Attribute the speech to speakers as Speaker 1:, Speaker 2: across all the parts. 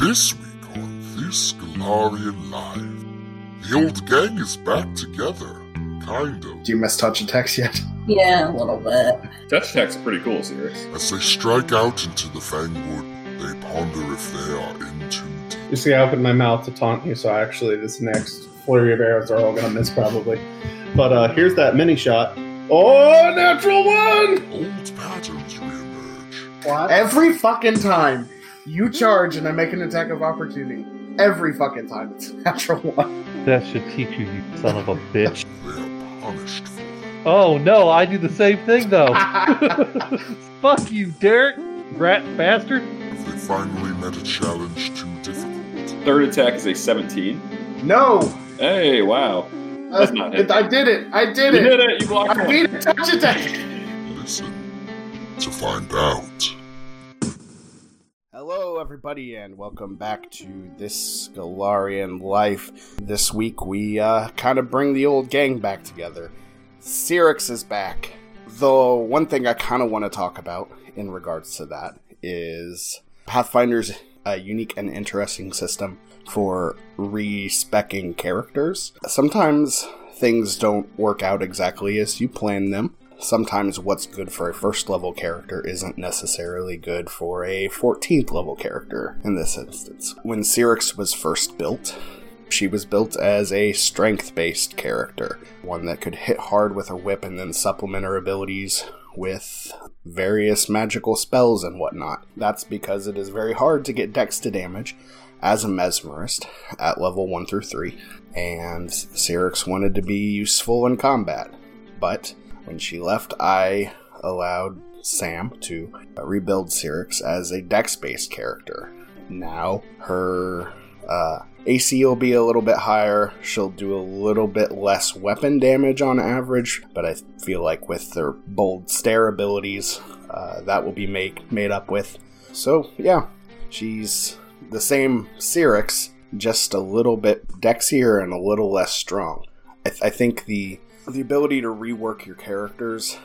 Speaker 1: This week on Thescalarian Live, the old gang is back together. Kind of.
Speaker 2: Do you miss touch attacks yet?
Speaker 3: Yeah, a little bit.
Speaker 4: Touch attack's pretty cool, serious.
Speaker 1: As they strike out into the Fangwood, they ponder if they are in too deep.
Speaker 5: You see, I opened my mouth to taunt you, so actually, this next flurry of arrows are all gonna miss probably. But uh, here's that mini shot. Oh, natural one!
Speaker 1: Old patterns reemerge.
Speaker 2: Every fucking time you charge and I make an attack of opportunity, every fucking time it's a natural one.
Speaker 6: That should teach you, you son of a bitch.
Speaker 1: They are punished for it.
Speaker 6: Oh no, I do the same thing though. Fuck you, Derek, rat bastard.
Speaker 1: If they finally met a challenge too difficult,
Speaker 4: Third attack is a 17.
Speaker 2: No,
Speaker 4: Hey, wow. That's not
Speaker 2: I,
Speaker 4: it.
Speaker 2: I did it. I
Speaker 4: You
Speaker 2: did it.
Speaker 4: did it! You blocked
Speaker 2: I
Speaker 4: one.
Speaker 2: beat a touch attack.
Speaker 1: listen to find out.
Speaker 2: Hello, everybody, and welcome back to this Galarian life. This week we uh, kind of bring the old gang back together. Cyrix is back. Though one thing I kind of want to talk about in regards to that is Pathfinder's uh, unique and interesting system for respecking characters. Sometimes things don't work out exactly as you plan them. Sometimes what's good for a first level character isn't necessarily good for a 14th level character in this instance. When Cyrix was first built, she was built as a strength based character, one that could hit hard with her whip and then supplement her abilities with various magical spells and whatnot. That's because it is very hard to get dex to damage as a mesmerist at level 1 through 3, and Cyrix wanted to be useful in combat. But when she left, I allowed Sam to uh, rebuild Cyrix as a dex based character. Now her uh, AC will be a little bit higher. She'll do a little bit less weapon damage on average, but I feel like with their bold stare abilities, uh, that will be make, made up with. So, yeah, she's the same Cyrix, just a little bit dexier and a little less strong. I, th- I think the the ability to rework your characters,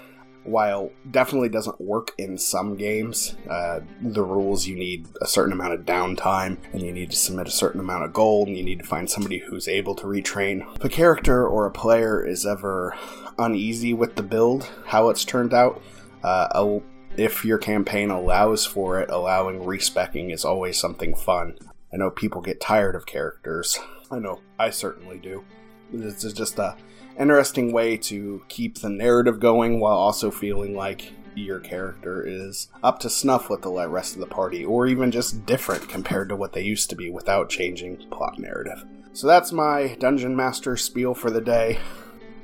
Speaker 2: while definitely doesn't work in some games, uh, the rules you need a certain amount of downtime, and you need to submit a certain amount of gold, and you need to find somebody who's able to retrain. If a character or a player is ever uneasy with the build, how it's turned out, uh, a- if your campaign allows for it, allowing respecking is always something fun. I know people get tired of characters. I know I certainly do. This is just a interesting way to keep the narrative going while also feeling like your character is up to snuff with the le- rest of the party, or even just different compared to what they used to be without changing plot narrative. So that's my Dungeon Master spiel for the day.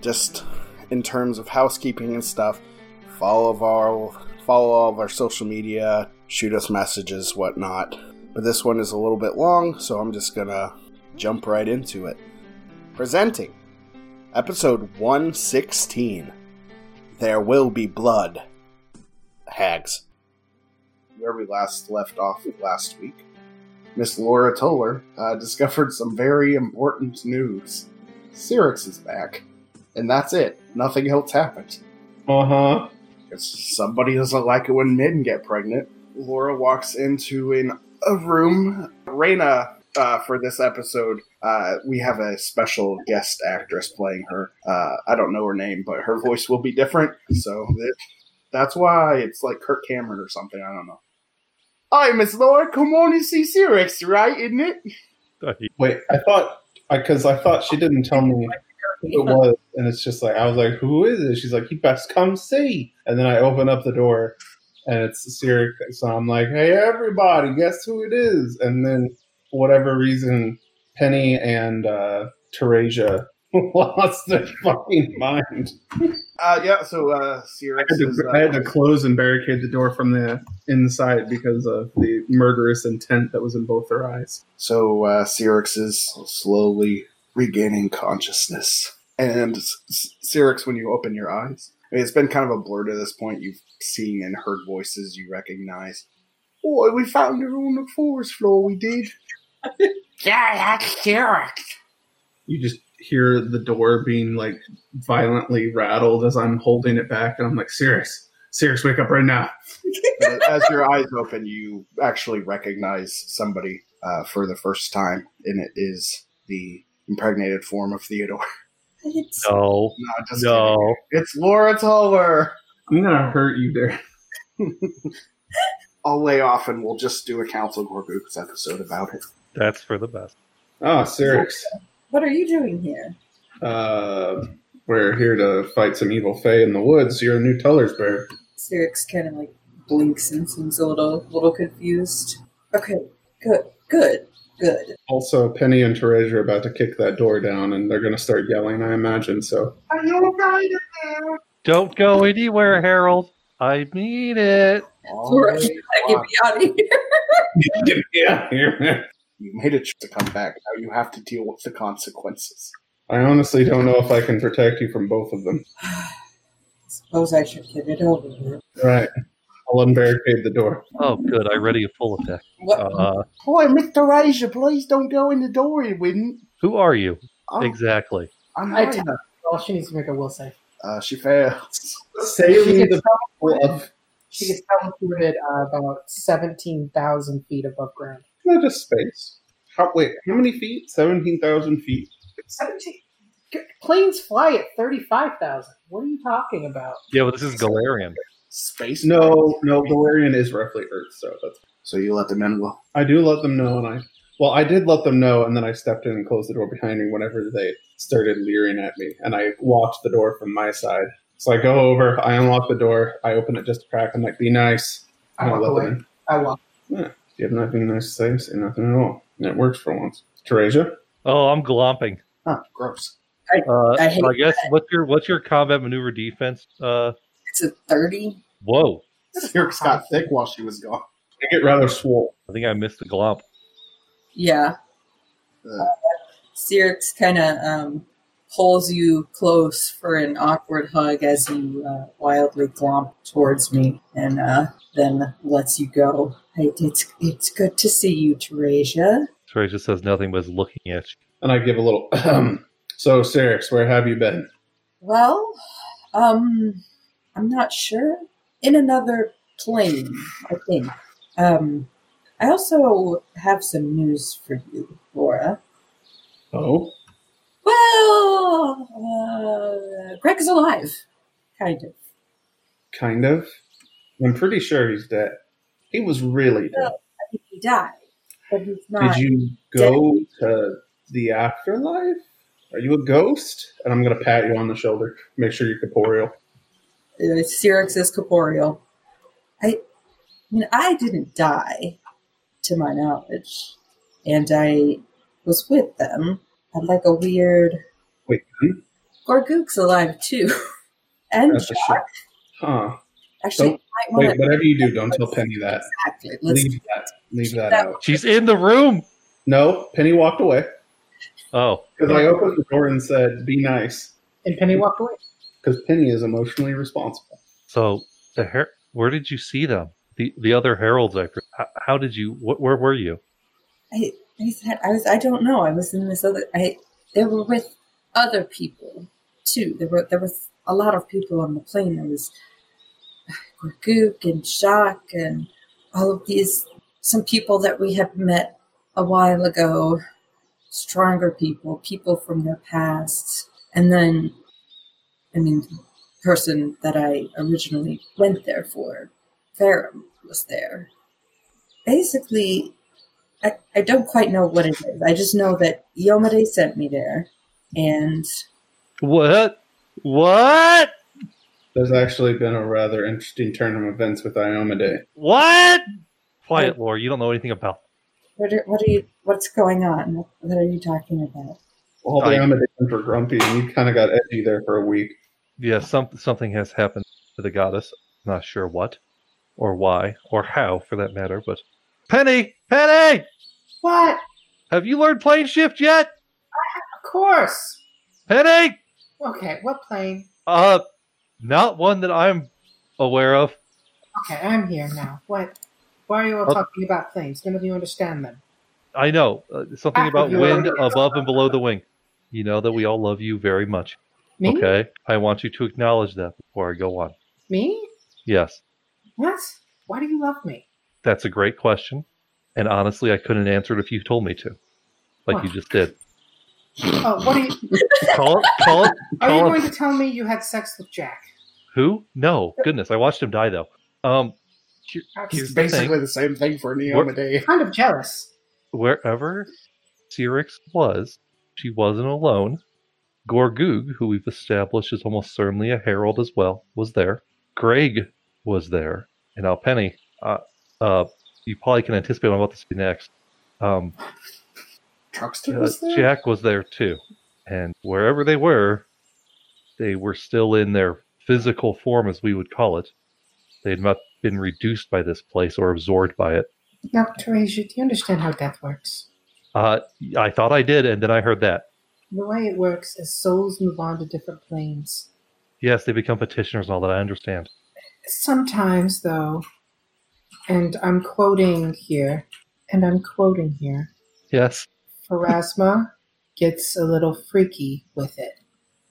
Speaker 2: Just in terms of housekeeping and stuff, follow of our follow all of our social media, shoot us messages, whatnot. But this one is a little bit long, so I'm just gonna jump right into it. Presenting episode 116 There Will Be Blood. Hags. Where we last left off last week, Miss Laura Toller uh, discovered some very important news. Cyrix is back, and that's it. Nothing else happened.
Speaker 5: Uh
Speaker 7: Uh-huh.
Speaker 5: huh.
Speaker 2: Because somebody doesn't like it when men get pregnant. Laura walks into an, a room. Raina, uh, for this episode, uh, we have a special guest actress playing her. Uh, I don't know her name, but her voice will be different. So that, that's why it's like Kirk Cameron or something. I don't know. Hi, Miss Laura. Come on and see Cyrix, right? Isn't it?
Speaker 5: Wait, I thought because I, thought she didn't tell me who it was, and it's just like I was like, "Who is it?" She's like, "You best come see." And then I open up the door, and it's Siri. So I'm like, "Hey, everybody, guess who it is?" And then for whatever reason, Penny and uh, Teresia lost their fucking mind.
Speaker 2: Uh, yeah, so uh, Cyrix
Speaker 5: I had,
Speaker 2: is.
Speaker 5: to,
Speaker 2: Uh,
Speaker 5: I had to close and barricade the door from the inside because of the murderous intent that was in both their eyes.
Speaker 2: So uh, Cyrix is slowly regaining consciousness. And S- S- Cyrix, when you open your eyes, I mean, it's been kind of a blur to this point. You've seen and heard voices you recognize. Oh, we found her on the forest floor. We did.
Speaker 5: you just hear the door being like violently rattled as I'm holding it back, and I'm like, "Serious, serious, wake up right now!"
Speaker 2: But as your eyes open, you actually recognize somebody
Speaker 7: uh, for the first time, and it is the impregnated form of Theodore.
Speaker 3: It's
Speaker 6: No.
Speaker 7: no, just kidding.
Speaker 6: No.
Speaker 7: It's Laura Tulwer.
Speaker 5: I'm gonna hurt you, Derek.
Speaker 7: I'll lay off and we'll just do a Council Gorgooks episode about it.
Speaker 6: That's for the best.
Speaker 5: Ah, Syrinx.
Speaker 3: what are you doing here?
Speaker 5: Uh, we're here to fight some evil fae in the woods. You're a new Teller's bear.
Speaker 3: Cyrix kind of like blinks and seems a little, little confused. Okay, good, good, good.
Speaker 5: Also, Penny and Teresa are about to kick that door down, and they're gonna start yelling. I imagine so.
Speaker 7: Are you right
Speaker 6: Don't go anywhere, Harold. I mean it.
Speaker 3: Laura, you gotta get me out of here.
Speaker 5: yeah.
Speaker 7: You made a choice to come back. Now you have to deal with the consequences.
Speaker 5: I honestly don't know if I can protect you from both of them.
Speaker 3: Suppose I should get it over with.
Speaker 5: Right. I'll unbarricade the door.
Speaker 6: Oh, good. I ready a full attack.
Speaker 3: What?
Speaker 6: Uh,
Speaker 7: Boy, Mr. Razor, please don't go in the door, you wouldn't.
Speaker 6: who are you
Speaker 7: Oh,
Speaker 6: exactly?
Speaker 7: I'm
Speaker 8: I
Speaker 7: right.
Speaker 8: t- Well, she needs to make a will save.
Speaker 7: uh, she fails.
Speaker 5: Save
Speaker 8: She gets,
Speaker 5: the people of.
Speaker 8: she gets teleported uh, about 17,000 feet above ground.
Speaker 5: Not just space. How, wait, how many feet? 17,000 feet.
Speaker 8: 17? Planes fly at 35,000. What are you talking about?
Speaker 6: Yeah, but this is Galarian.
Speaker 7: Space.
Speaker 5: No, no, Galarian is roughly Earth, so that's.
Speaker 7: So you let them in. Well,
Speaker 5: I do let them know, and I well, I did let them know, and then I stepped in and closed the door behind me whenever they started leering at me, and I locked the door from my side. So I go over, I unlock the door, I open it just a crack. I'm like, "Be nice."
Speaker 8: I
Speaker 5: And I
Speaker 8: walk
Speaker 5: let them
Speaker 8: away.
Speaker 5: in.
Speaker 8: I walk.
Speaker 5: Do you have nothing nice to say? Say nothing at all. And it works for once. Teresia?
Speaker 6: Oh, I'm glomping.
Speaker 7: huh, gross.
Speaker 6: Uh,
Speaker 3: I hate
Speaker 6: I guess what's your what's your combat maneuver defense? Uh,
Speaker 3: It's a 30.
Speaker 6: whoa.
Speaker 7: Sirix got thick while she was gone.
Speaker 5: I get rather swole.
Speaker 6: I think I missed the glomp.
Speaker 3: Yeah.
Speaker 7: Uh.
Speaker 3: Cyrix kind of um, pulls you close for an awkward hug as you uh, wildly glomp towards me and uh, then lets you go. Hey, It's, it's good to see you, Teresia.
Speaker 6: Sorry, just says nothing but is looking at you.
Speaker 5: And I give a little So Sirix, where have you been?
Speaker 3: Well, um, I'm not sure. In another plane, I think. Um, I also have some news for you, Laura.
Speaker 5: Oh.
Speaker 3: Well, uh, Greg is alive, kind of.
Speaker 5: Kind of. I'm pretty sure he's dead. He was really dead.
Speaker 3: I think he died, but he's
Speaker 5: Did
Speaker 3: not.
Speaker 5: you go to the afterlife? Are you a ghost? And I'm gonna pat you on the shoulder. Make sure you're corporeal.
Speaker 3: Uh, Cyrix is corporeal. I, I mean, I didn't die, to my knowledge, and I was with them. I'm like a weird
Speaker 5: Wait, hmm?
Speaker 3: Gorgook's alive too. And
Speaker 5: that's a shock. Huh?
Speaker 3: actually,
Speaker 5: Don't-
Speaker 3: you might
Speaker 5: Wait,
Speaker 3: want to
Speaker 5: whatever you do, don't tell Penny that.
Speaker 3: exactly. Let's
Speaker 5: Leave that. Leave that
Speaker 3: That-
Speaker 5: out.
Speaker 6: She's in the room.
Speaker 5: No, Penny walked away
Speaker 6: Oh,
Speaker 5: because I opened the door and said, "Be nice,"
Speaker 8: And Penny walked away.
Speaker 5: because Penny is emotionally responsible.
Speaker 6: so the her- where did you see them? The the other heralds. I pre- how, how did you? Wh- where were you?
Speaker 3: I, I said I was. I don't know. I was in this other. I they were with other people too. There were there was a lot of people on the plane. There was uh, Gorgook and Shock and all of these some people that we had met a while ago, stronger people, people from their past, and then, I mean, the person that I originally went there for, Ferrum was there. Basically, I, I don't quite know what it is. I just know that Yomade sent me there, and
Speaker 6: What? What?
Speaker 5: There's actually been a rather interesting turn of events with Ioma Day.
Speaker 6: What? Quiet, Laura. You don't know anything about.
Speaker 3: what are, what are you? What's going on? What are you talking about?
Speaker 5: All the
Speaker 6: I-
Speaker 5: Ioma Days were grumpy, and you kind of got edgy there for a week.
Speaker 6: Yeah, some, something has happened to the goddess. Not sure what, or why, or how, for that matter. But Penny, Penny,
Speaker 8: What?
Speaker 6: have you learned plane shift yet?
Speaker 8: Of course.
Speaker 6: Penny,
Speaker 8: Okay, what plane?
Speaker 6: uh, not one that I'm aware of.
Speaker 8: Okay, I'm here now. What? Why are you all
Speaker 6: Oh.
Speaker 8: talking about planes? None of you understand them.
Speaker 6: I know uh, something about
Speaker 8: You're
Speaker 6: wind
Speaker 8: under-
Speaker 6: above and below the wing. You know that we all love you very much.
Speaker 8: Me?
Speaker 6: Okay, I want you to acknowledge that before I go on.
Speaker 8: Me?
Speaker 6: Yes,
Speaker 8: What? Why do you love me?
Speaker 6: that's a great question. And honestly, I couldn't answer it if you told me to, like you just did.
Speaker 8: Oh, what are you?
Speaker 6: Call it, call it,
Speaker 8: Are you
Speaker 6: call
Speaker 8: going
Speaker 6: it.
Speaker 8: to tell me you had sex with Jack?
Speaker 6: Who? No, goodness, I watched him die though. Um, here-
Speaker 7: It's
Speaker 6: here's the thing.
Speaker 7: basically the, same thing for Neomade.
Speaker 8: Kind of jealous.
Speaker 6: wherever Cyrix was, she wasn't alone. Gorgug, who we've established is almost certainly a herald as well, was there. Greg was there. And Alpenny, uh, uh, you probably can anticipate on what this be next. Um,
Speaker 7: Truxton
Speaker 6: uh,
Speaker 7: was there?
Speaker 6: Jack was there too. And wherever they were, they were still in their physical form, as we would call it. They had not been reduced by this place or absorbed by it.
Speaker 8: Now, Teresia, do you understand how death works?
Speaker 6: Uh, I thought I did, and then I heard that.
Speaker 8: The way it works is souls move on to different planes.
Speaker 6: Yes, they become petitioners and all that. I understand.
Speaker 8: Sometimes, though, and I'm quoting here, and I'm quoting here,
Speaker 6: Yes.
Speaker 8: Pharasma gets a little freaky with it,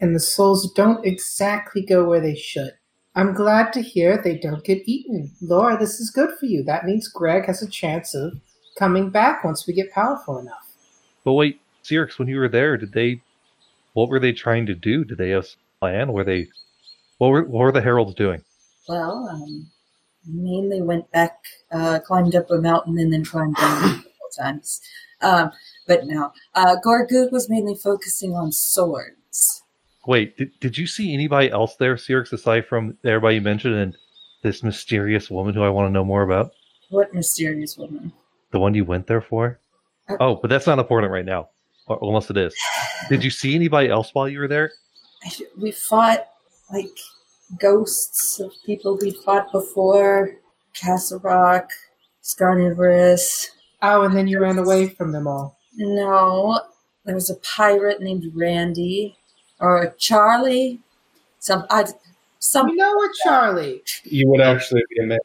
Speaker 8: and the souls don't exactly go where they should. I'm glad to hear they don't get eaten. Laura, this is good for you. That means Greg has a chance of coming back once we get powerful enough.
Speaker 6: But wait, Xerix, when you were there, did they? What were they trying to do? Did they have a plan? Were they? What were, what were the heralds doing?
Speaker 3: Well, um, mainly went back, uh, climbed up a mountain, and then climbed down a couple times. Um, but no, uh, Gorgoog was mainly focusing on swords.
Speaker 6: Wait, did, did you see anybody else there, Xerix, aside from everybody you mentioned and this mysterious woman who I want to know more about?
Speaker 3: What mysterious woman?
Speaker 6: The one you went there for?
Speaker 3: Uh-
Speaker 6: Oh, but that's not important right now. Or, unless it is. Did you see anybody else while you were there?
Speaker 3: I sh- We fought like ghosts of people we fought before: Castle Rock, Scarnivorous.
Speaker 8: Oh, and then you ran away from them all.
Speaker 3: No, there was a pirate named Randy or Charlie. Some I, some
Speaker 8: You know what, Charlie?
Speaker 5: You would actually be amazed.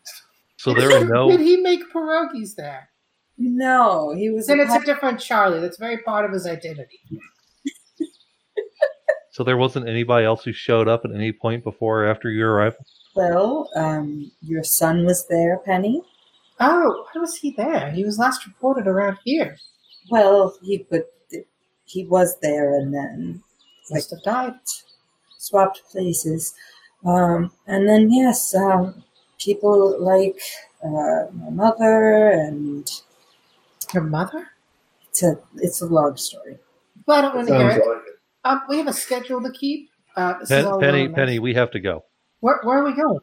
Speaker 6: So there were
Speaker 8: Did
Speaker 6: no.
Speaker 8: he make pierogies there?
Speaker 3: no, he was
Speaker 8: Then
Speaker 3: a
Speaker 8: it's a different Charlie. That's very part of his identity.
Speaker 6: So there wasn't anybody else who showed up at any point before or after your arrival.
Speaker 3: Well, um, your son was there, Penny.
Speaker 8: Oh, why was he there? He was last reported around here.
Speaker 3: Well, he but he was there, and then
Speaker 8: Must have died.
Speaker 3: swapped places, um, and then yes, um, people like uh, my mother, and
Speaker 8: Your mother?
Speaker 3: it's a it's a long story.
Speaker 8: Well, I don't want to hear
Speaker 5: Sounds
Speaker 8: it.
Speaker 5: like it.
Speaker 8: Um, we have a schedule to keep. Uh, this is
Speaker 6: Pen,
Speaker 8: all
Speaker 6: Penny,
Speaker 8: wellness.
Speaker 6: Penny, we have to go.
Speaker 8: Where, where are we going?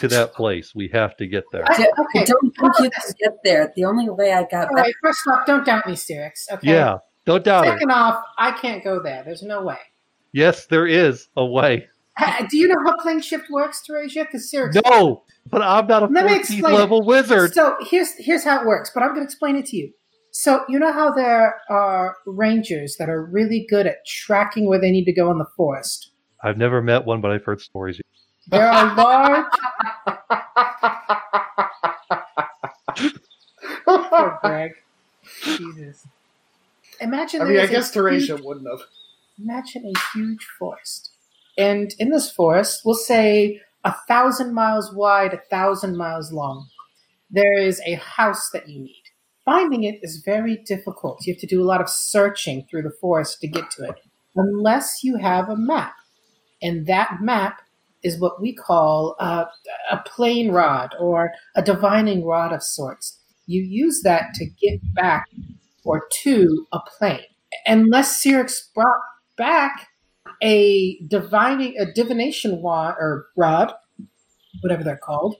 Speaker 6: to that place. We have to get there.
Speaker 8: I-
Speaker 3: Yeah, I
Speaker 8: Ah, okay.
Speaker 3: don't think you can get there. The only way I got
Speaker 8: All
Speaker 3: back,
Speaker 8: right. First off, don't doubt me, Sirix. Okay.
Speaker 6: Yeah, don't doubt it.
Speaker 8: Second off, I can't go there. There's no way.
Speaker 6: Yes, there is a way.
Speaker 8: Ha- Do you know how plane shift works, Teresia? Because Sirix.
Speaker 6: No, but I'm not a
Speaker 8: Let me
Speaker 6: 14th
Speaker 8: explain.
Speaker 6: level wizard.
Speaker 8: So here's here's how it works, but I'm going to explain it to you. So you know how there are rangers that are really good at tracking where they need to go in the forest.
Speaker 6: I've never met one, but I've heard stories.
Speaker 8: There are large. Poor Greg. Jesus. Imagine.
Speaker 7: I mean, I
Speaker 8: there's a
Speaker 7: guess
Speaker 8: huge-
Speaker 7: Teresia wouldn't have.
Speaker 8: Imagine a huge forest, and in this forest, we'll say a thousand miles wide, a thousand miles long. There is a house that you need. Finding it is very difficult. You have to do a lot of searching through the forest to get to it, unless you have a map, and that map is what we call a, a plane rod or a divining rod of sorts. You use that to get back or to a plane, unless Cyrix brought back a divining a divination wand or rod, whatever they're called,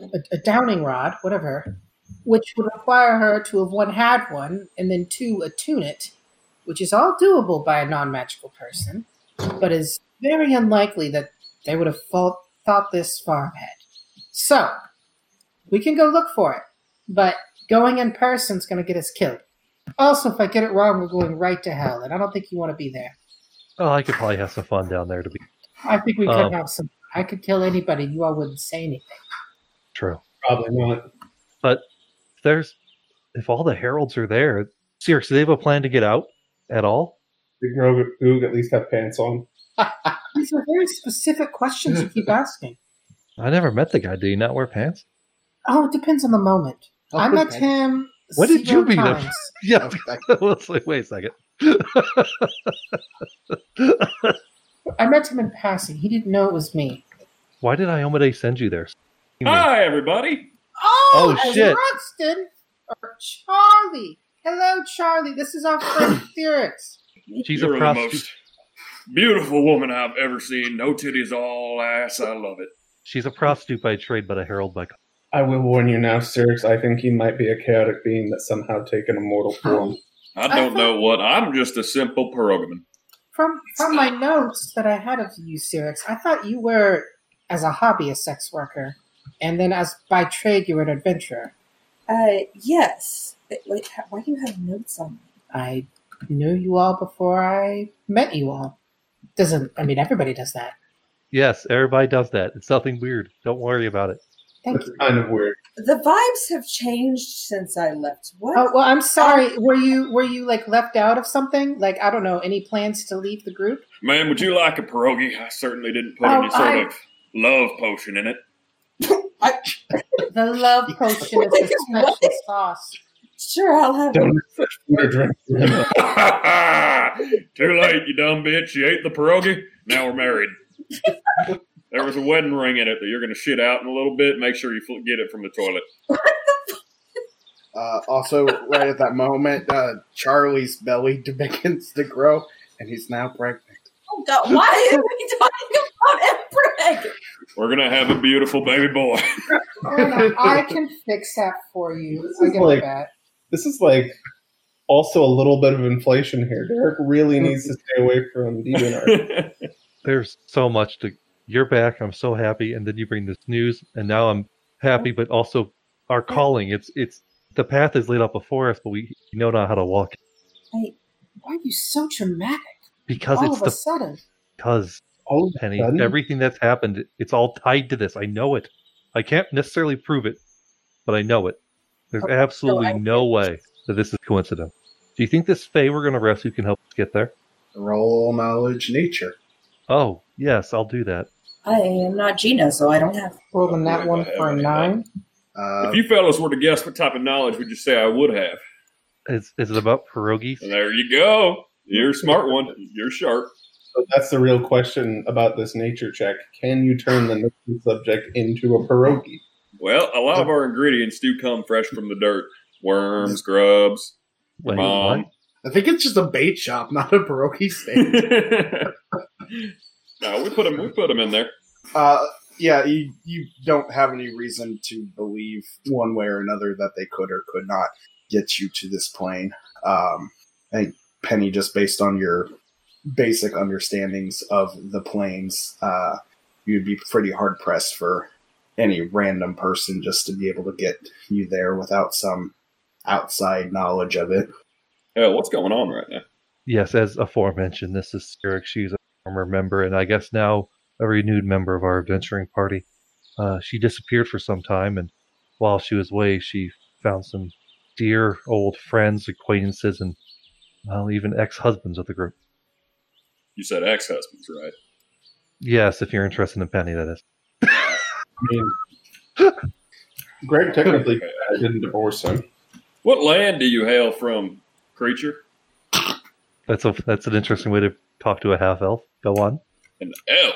Speaker 8: a, a downing rod, whatever, which would require her to have one had one and then two attune it, which is all doable by a non-magical person, but is very unlikely that they would have thought, thought this far ahead. So we can go look for it, but going in person is going to get us killed. Also, if I get it wrong, we're going right to hell, and I don't think you want to be there.
Speaker 6: Oh, I could probably have some fun down there to be
Speaker 8: I think we could
Speaker 6: Um,
Speaker 8: have some. I could kill anybody. You all wouldn't say anything.
Speaker 6: true.
Speaker 5: Probably not.
Speaker 6: If there's, if all the heralds are there, seriously, they have a plan to get out at all?
Speaker 5: Did Grogu Goog at least have pants on?
Speaker 8: These are very specific questions you keep asking.
Speaker 6: I never met the guy. Did he not wear pants?
Speaker 8: Oh, it depends on the moment. I met him
Speaker 6: Oh, What did
Speaker 8: zero
Speaker 6: you mean?
Speaker 8: times.
Speaker 6: Yeah, I was like, wait a second.
Speaker 8: I met him in passing. He didn't know it was me.
Speaker 6: Why did Iomade send you there?
Speaker 4: Hi, everybody.
Speaker 8: Oh,
Speaker 6: Oh,
Speaker 8: and
Speaker 6: shit.
Speaker 8: Ruxton or Charlie. Hello, Charlie. This is our friend Felix.
Speaker 6: She's a
Speaker 4: You're the
Speaker 6: prostitute.
Speaker 4: most beautiful woman I've ever seen. No titties, all ass. I love it.
Speaker 6: She's a prostitute by trade, but a herald by.
Speaker 5: I will warn you now, Sirix. I think he might be a chaotic being that's somehow taken a mortal
Speaker 7: Oh,
Speaker 5: form.
Speaker 4: I don't know what. I'm just a simple pierogaman.
Speaker 8: From from my notes that I had of you, Sirix, I thought you were as a hobby a sex worker, and then as by trade you were an adventurer.
Speaker 3: Uh, yes. But wait, ha- why do you have notes on me?
Speaker 8: I knew you all before I met you all. Doesn't I mean everybody does that.
Speaker 6: Yes, everybody does that. It's nothing weird. Don't worry about it.
Speaker 8: Thank
Speaker 5: That's
Speaker 8: you.
Speaker 5: kind of weird.
Speaker 3: The vibes have changed since I left. What?
Speaker 8: Oh well, I'm sorry. Were you were you like left out of something? Like I don't know. Any plans to leave the group?
Speaker 4: Ma'am, would you like a pierogi? I certainly didn't put
Speaker 8: Oh,
Speaker 4: any sort
Speaker 8: I-
Speaker 4: of love potion in it.
Speaker 8: The love potion is a special
Speaker 3: What?
Speaker 8: sauce.
Speaker 3: Sure, I'll have
Speaker 5: Don't such food or drink.
Speaker 4: Too late, you dumb bitch. You ate the pierogi. Now we're married. there was a wedding ring in it that you're going to shit out in a little bit. Make sure you fl- get it from the toilet.
Speaker 7: Uh, also, right at that moment, uh, Charlie's belly begins to grow, and he's now pregnant.
Speaker 3: Oh God, why are we talking about Empreg?
Speaker 4: We're going to have a beautiful baby boy.
Speaker 8: Anna, Oh, I can fix that for you.
Speaker 5: This
Speaker 8: I
Speaker 5: is
Speaker 8: get
Speaker 5: like-
Speaker 8: that.
Speaker 5: This is like also a little bit of inflation here. Derek really
Speaker 7: Mm-hmm.
Speaker 5: needs to stay away from DeviantArt.
Speaker 6: There's so much to. You're back. I'm so happy, and then you bring this news, and now I'm happy, but also our calling. It's it's the path is laid out before us, but we know not how to walk it
Speaker 8: Why are you so dramatic
Speaker 6: because
Speaker 8: all
Speaker 6: it's
Speaker 8: of a
Speaker 6: the
Speaker 8: sudden?
Speaker 6: because
Speaker 5: All
Speaker 7: Oh,
Speaker 5: of a
Speaker 6: Penny.
Speaker 5: sudden,
Speaker 6: Everything that's happened, it's all tied to this. I know it. I can't necessarily prove it, but I know it. There's
Speaker 3: Okay,
Speaker 6: absolutely
Speaker 3: I-
Speaker 6: no way that this is coincidence. Do you think this Fae we're going to rescue can help us get there?
Speaker 7: Roll knowledge nature.
Speaker 6: Oh, yes, I'll do that.
Speaker 3: I am not Gina, so I don't have.
Speaker 8: Rolling that one for a nine.
Speaker 7: Uh,
Speaker 4: if you fellas were to guess what type of knowledge would you say I would have?
Speaker 6: Is, is it about pierogies?
Speaker 4: There you go. You're a smart one. You're sharp.
Speaker 5: so that's the real question about this nature check. Can you turn the nature subject into a pierogi?
Speaker 4: Well, a lot of our ingredients do come fresh from the dirt. Worms, grubs,
Speaker 6: Wait,
Speaker 4: mom.
Speaker 6: what?
Speaker 7: I think it's just a bait shop, not a pierogi stand.
Speaker 4: no, we put them. We put 'em in there.
Speaker 7: uh, yeah, you, you don't have any reason to believe one way or another that they could or could not get you to this plane. Um, I think Penny, just based on your basic understandings of the planes, uh, you'd be pretty hard pressed for any random person just to be able to get you there without some outside knowledge of it.
Speaker 4: Hell, what's going on right now?
Speaker 6: Yes, as aforementioned, this is Eric. She's a former member, and I guess now a renewed member of our adventuring party. Uh, she disappeared for some time, and while she was away, she found some dear old friends, acquaintances, and well, even ex husbands of the group.
Speaker 4: You said ex-husbands, right?
Speaker 6: Yes, if you're interested in Penny, that is.
Speaker 5: I mean, Greg technically didn't divorce him.
Speaker 4: What land do you hail from, creature?
Speaker 6: That's a that's an interesting way to talk to a half elf. Go on.
Speaker 4: An elf.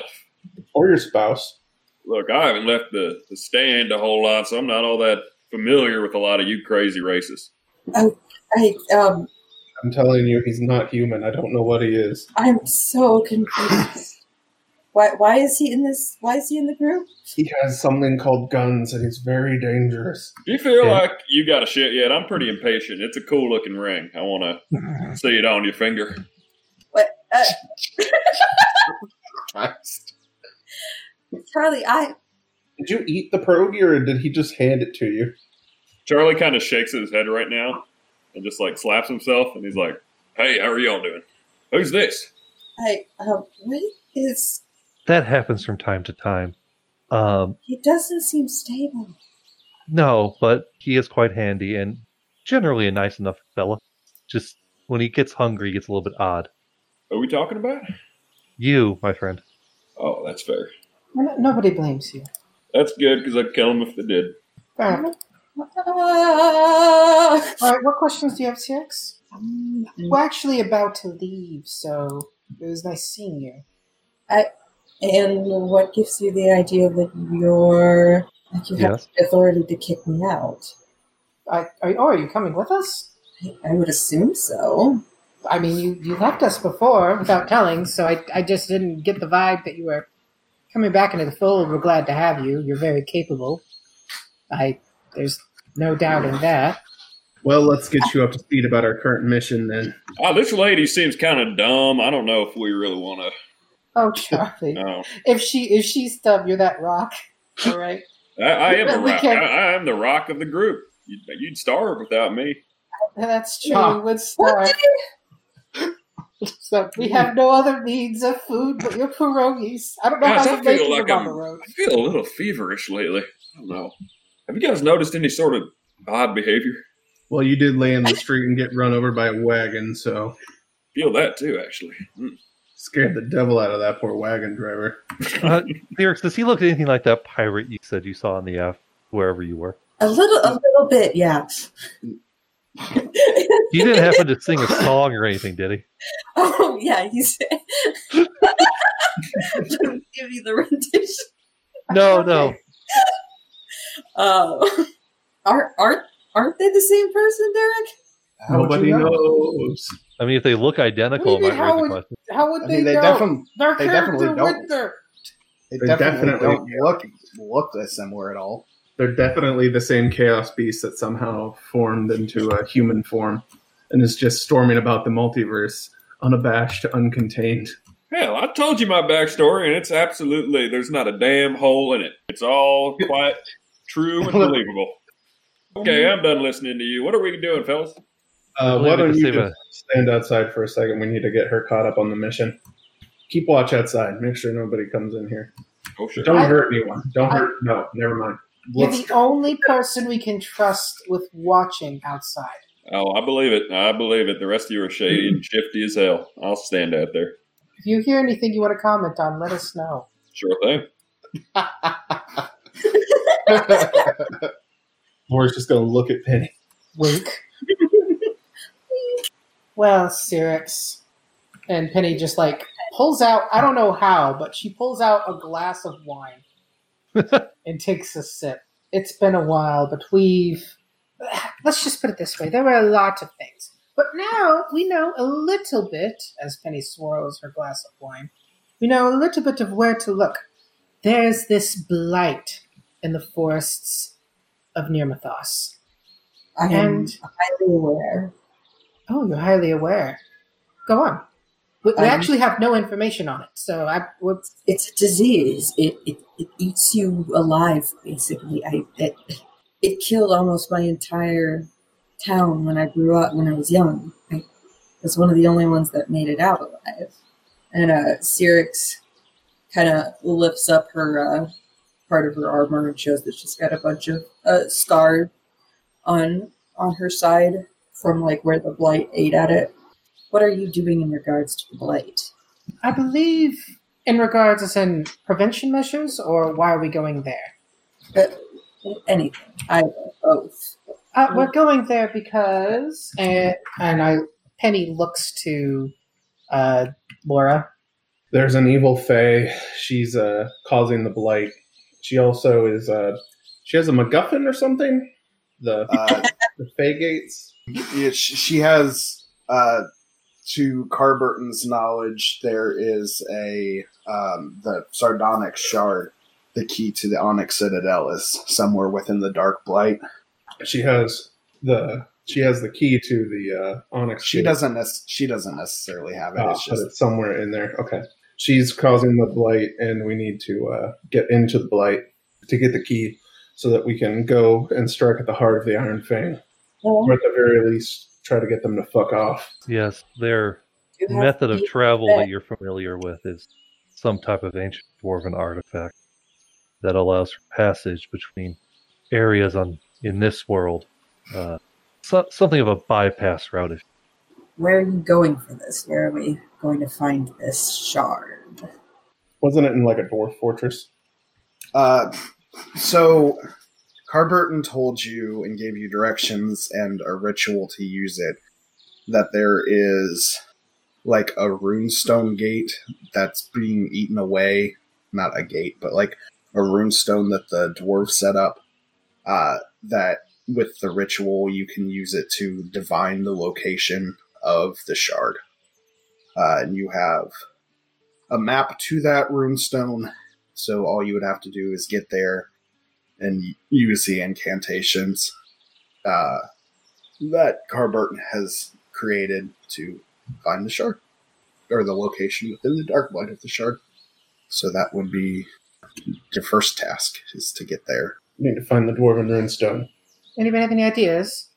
Speaker 5: Or your spouse.
Speaker 4: Look, I haven't left the, the stand a whole lot, so I'm not all that familiar with a lot of you crazy races.
Speaker 3: I um,
Speaker 5: I'm telling you, he's not human. I don't know what he is.
Speaker 3: I'm so confused. Why? Why is he in this? Why is he in the group?
Speaker 5: He has something called guns, and he's very dangerous.
Speaker 4: Do you feel
Speaker 6: Yeah.
Speaker 4: like you got a shit yet? I'm pretty impatient. It's a cool looking ring. I want to see it on your finger.
Speaker 3: What? Uh,
Speaker 7: Christ.
Speaker 3: Charlie, I
Speaker 5: Did you eat the pierogi, or did he just hand it to you?
Speaker 4: Charlie kind of shakes his head right now and just like slaps himself, and he's like, "Hey, how are y'all doing? Who's this?
Speaker 3: I um, what is?
Speaker 6: That happens from time to time. Um,
Speaker 3: He doesn't seem stable.
Speaker 6: No, but he is quite handy and generally a nice enough fella. Just when he gets hungry, he gets a little bit odd.
Speaker 4: Who are we talking about?"
Speaker 6: You, my friend.
Speaker 4: Oh, that's fair.
Speaker 8: Well, no- Nobody blames you.
Speaker 4: That's good because I'd kill him if they did.
Speaker 8: Fair enough.
Speaker 3: Ah.
Speaker 8: All right, what questions do you have, Sirix?
Speaker 3: Um,
Speaker 8: We're actually about to leave, so it was nice seeing you.
Speaker 3: And what gives you the idea that you're like you have
Speaker 6: Yes.
Speaker 3: the authority to kick me out?
Speaker 8: I, are, oh, are you coming with us?
Speaker 3: I would assume so.
Speaker 8: I mean, you, you left us before without telling, so I, I just didn't get the vibe that you were coming back into the fold. We're glad to have you. You're very capable. I there's no doubt in that.
Speaker 5: Well, let's get you up to speed about our current mission then.
Speaker 4: Ah, this lady seems kind of dumb. I don't know if we really want to.
Speaker 8: Oh, Charlie,
Speaker 4: No.
Speaker 8: if she if she's stub, you're that rock. All right.
Speaker 4: I, I am the
Speaker 8: We
Speaker 4: rock. I,
Speaker 8: can't-
Speaker 4: I am the rock of the group. You'd, you'd starve without me.
Speaker 8: That's true.
Speaker 5: Ah.
Speaker 8: Let's start. So we have no other means of food but your pierogies. I don't know
Speaker 4: Guys,
Speaker 8: how
Speaker 4: I
Speaker 8: you make
Speaker 4: feel
Speaker 8: them
Speaker 4: like
Speaker 8: on the
Speaker 4: I'm-
Speaker 8: road.
Speaker 4: I feel a little feverish lately. I don't know. Have you guys noticed any sort of odd behavior?
Speaker 5: Well, you did lay in the street and get run over by a wagon, so
Speaker 4: Feel that too, actually. Mm.
Speaker 5: scared the devil out of that poor wagon driver.
Speaker 6: Uh, Sirix, does he look anything like that pirate you said you saw in the F, wherever you were?
Speaker 3: A little, a little bit, yeah.
Speaker 6: He didn't happen to sing a song or anything, did he?
Speaker 3: oh yeah, you said. Give me the rendition.
Speaker 6: No, no.
Speaker 3: Oh, aren't aren't aren't they the same person, Derek?
Speaker 7: How would
Speaker 5: Nobody
Speaker 7: you know?
Speaker 5: knows.
Speaker 6: I mean, if they look identical,
Speaker 8: What do you
Speaker 6: it might raise
Speaker 8: mean, how
Speaker 6: a
Speaker 8: would-
Speaker 6: question.
Speaker 8: How would
Speaker 7: I
Speaker 8: they
Speaker 7: mean, they,
Speaker 8: know?
Speaker 7: defin-
Speaker 8: Their
Speaker 7: they
Speaker 8: character
Speaker 7: definitely don't.
Speaker 8: witness.
Speaker 7: they
Speaker 5: They
Speaker 7: definitely,
Speaker 5: definitely-
Speaker 7: don't look look similar at all.
Speaker 5: They're definitely the same chaos beast that somehow formed into a human form and is just storming about the multiverse, unabashed, uncontained.
Speaker 4: Hell, I told you my backstory, and it's absolutely there's not a damn hole in it. It's all quite true and believable. Okay, I'm done listening to you. What are we doing, fellas?
Speaker 5: Uh,
Speaker 6: Leave
Speaker 5: why
Speaker 6: it to
Speaker 5: don't you
Speaker 6: Siva.
Speaker 5: just stand outside for a second? We need to get her caught up on the mission. Keep watch outside. Make sure nobody comes in here.
Speaker 4: Oh sure.
Speaker 5: Don't
Speaker 8: I-
Speaker 5: hurt anyone. Don't hurt. No, never mind.
Speaker 8: You're
Speaker 5: Let's-
Speaker 8: the only person we can trust with watching outside.
Speaker 4: Oh, I believe it. I believe it. The rest of you are shady and shifty as hell. I'll stand out there.
Speaker 8: If you hear anything you want to comment on, let us know.
Speaker 4: Sure thing.
Speaker 5: Laura's just going to look at Penny.
Speaker 8: Wink. well, Sirix. And Penny just like pulls out, I don't know how, but she pulls out a glass of wine and takes a sip. It's been a while, but we've. Let's just put it this way there were a lot of things. But now we know a little bit, as Penny swirls her glass of wine, we know a little bit of where to look. There's this blight in the forests of Nirmathos.
Speaker 3: I am
Speaker 8: And-
Speaker 3: highly aware.
Speaker 8: Oh, you're highly aware. Go on. We, we
Speaker 3: Um,
Speaker 8: actually have no information on it, so I would.
Speaker 3: It's a disease. It it, it eats you alive, basically. I it, it killed almost my entire town when I grew up. When I was young, I was one of the only ones that made it out alive. And uh, Sirix kind of lifts up her uh, part of her armor and shows that she's got a bunch of uh, scars on on her side from like where the blight ate at it. What are you doing in regards to the blight?
Speaker 8: I believe in regards as in prevention measures, or why are we going there?
Speaker 3: anything. Either, both.
Speaker 8: Uh, we're going there because, and, and I Penny looks to uh, Laura.
Speaker 5: There's an evil fae. She's uh, causing the blight. She also is. Uh, she has a MacGuffin or something. The
Speaker 7: Uh,
Speaker 5: the fae gates.
Speaker 7: yeah, she, she has, uh, to Carburton's knowledge, there is a um, the sardonic shard. The key to the Onyx Citadel is somewhere within the Dark Blight.
Speaker 5: She has the. She has the key to the uh, onyx.
Speaker 7: She
Speaker 5: gate.
Speaker 7: doesn't. nec- She doesn't necessarily have it.
Speaker 5: Ah,
Speaker 7: It's
Speaker 5: but
Speaker 7: just
Speaker 5: it's somewhere in there. Okay. She's causing the blight, and we need to uh, get into the blight to get the key so that we can go and strike at the heart of the Iron Fang. Or at the very least, try to get them to fuck off.
Speaker 6: Yes, their
Speaker 3: You have
Speaker 6: method
Speaker 3: to
Speaker 6: of
Speaker 3: be-
Speaker 6: travel
Speaker 3: that.
Speaker 6: that you're familiar with is some type of ancient dwarven artifact that allows for passage between areas on in this world. Uh, so, something of a bypass route. If,
Speaker 3: Where are you going for this? Where are we going to find this shard?
Speaker 5: Wasn't it in like a dwarf fortress?
Speaker 7: Uh, so
Speaker 2: Uh, Carburton told you and gave you directions and a ritual to use it that there is like a runestone gate that's being eaten away. Not a gate, but like a runestone that the dwarf set up. Uh, that with the ritual, you can use it to divine the location of the shard. Uh, and you have a map to that runestone, so all you would have to do is get there and use the incantations uh, that Carburton has created to find the shard or the location within the dark light of the shard. So that would be your first task is to get there.
Speaker 5: We need to find the dwarven runestone.
Speaker 8: Anybody have any ideas?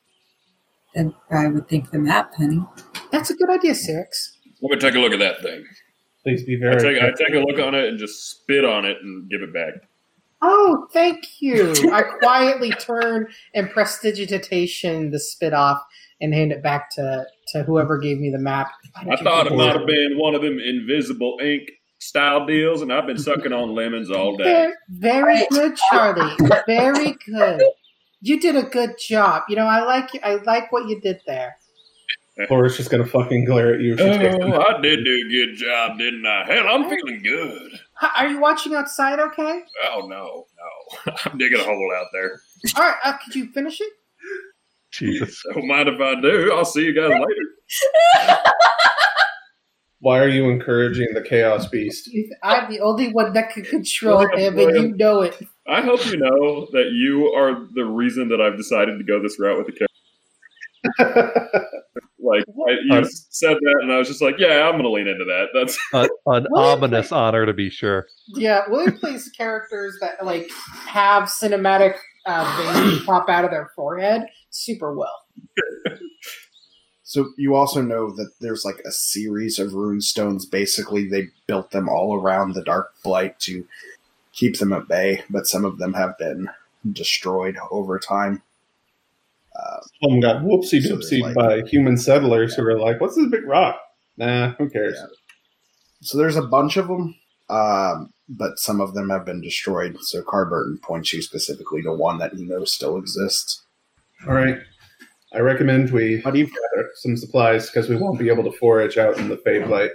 Speaker 3: And I would think the map, honey.
Speaker 8: That's a good idea, Sirix.
Speaker 4: Let me take a look at that thing.
Speaker 5: Please be
Speaker 4: I
Speaker 5: very.
Speaker 4: take, I
Speaker 5: careful.
Speaker 4: take a look on it and just spit on it and give it back.
Speaker 8: Oh, thank you. I quietly turn and prestidigitation the spit off and hand it back to, to whoever gave me the map. Why did
Speaker 4: I
Speaker 8: you
Speaker 4: thought
Speaker 8: give
Speaker 4: it
Speaker 8: me
Speaker 4: might
Speaker 8: that?
Speaker 4: have been one of them invisible ink style deals, and I've been sucking on lemons all day.
Speaker 8: Very, very good, Charlie. Very good. You did a good job. You know, I like I like what you did there.
Speaker 5: Laura's just gonna fucking glare at you. If she takes it.
Speaker 4: Oh, I did do a good job, didn't I? Hell, I'm feeling good.
Speaker 8: Hi- Are you watching outside? Okay.
Speaker 4: Oh no, no, I'm digging a hole out there.
Speaker 8: All right. Uh, could you finish it?
Speaker 6: Jesus.
Speaker 4: Don't mind if I do. I'll see you guys later.
Speaker 5: Why are you encouraging the chaos beast?
Speaker 8: I'm the only one that can control him, and you know it.
Speaker 4: I hope you know that you are the reason that I've decided to go this route with the character. Like I, you
Speaker 6: What?
Speaker 4: said that, and I was just like, "Yeah, I'm going to lean into that." That's
Speaker 6: An, an
Speaker 8: What?
Speaker 6: ominous honor, to be sure.
Speaker 8: Yeah, Willie plays characters that like have cinematic uh, veins pop out of their forehead super well.
Speaker 2: So you also know that there's like a series of runestones. Basically, they built them all around the Dark Blight to keep them at bay, but some of them have been destroyed over time.
Speaker 5: Some got whoopsie doopsie
Speaker 2: So there's like-
Speaker 5: by human settlers who are like, "What's this big rock?" Nah, who cares?
Speaker 2: Yeah. So there's a bunch of them, um, but some of them have been destroyed. So Carburton points you specifically to one that he knows still exists.
Speaker 5: All right, I recommend we
Speaker 2: How do you
Speaker 5: gather some supplies because we won't be able to forage out in the Fade Light.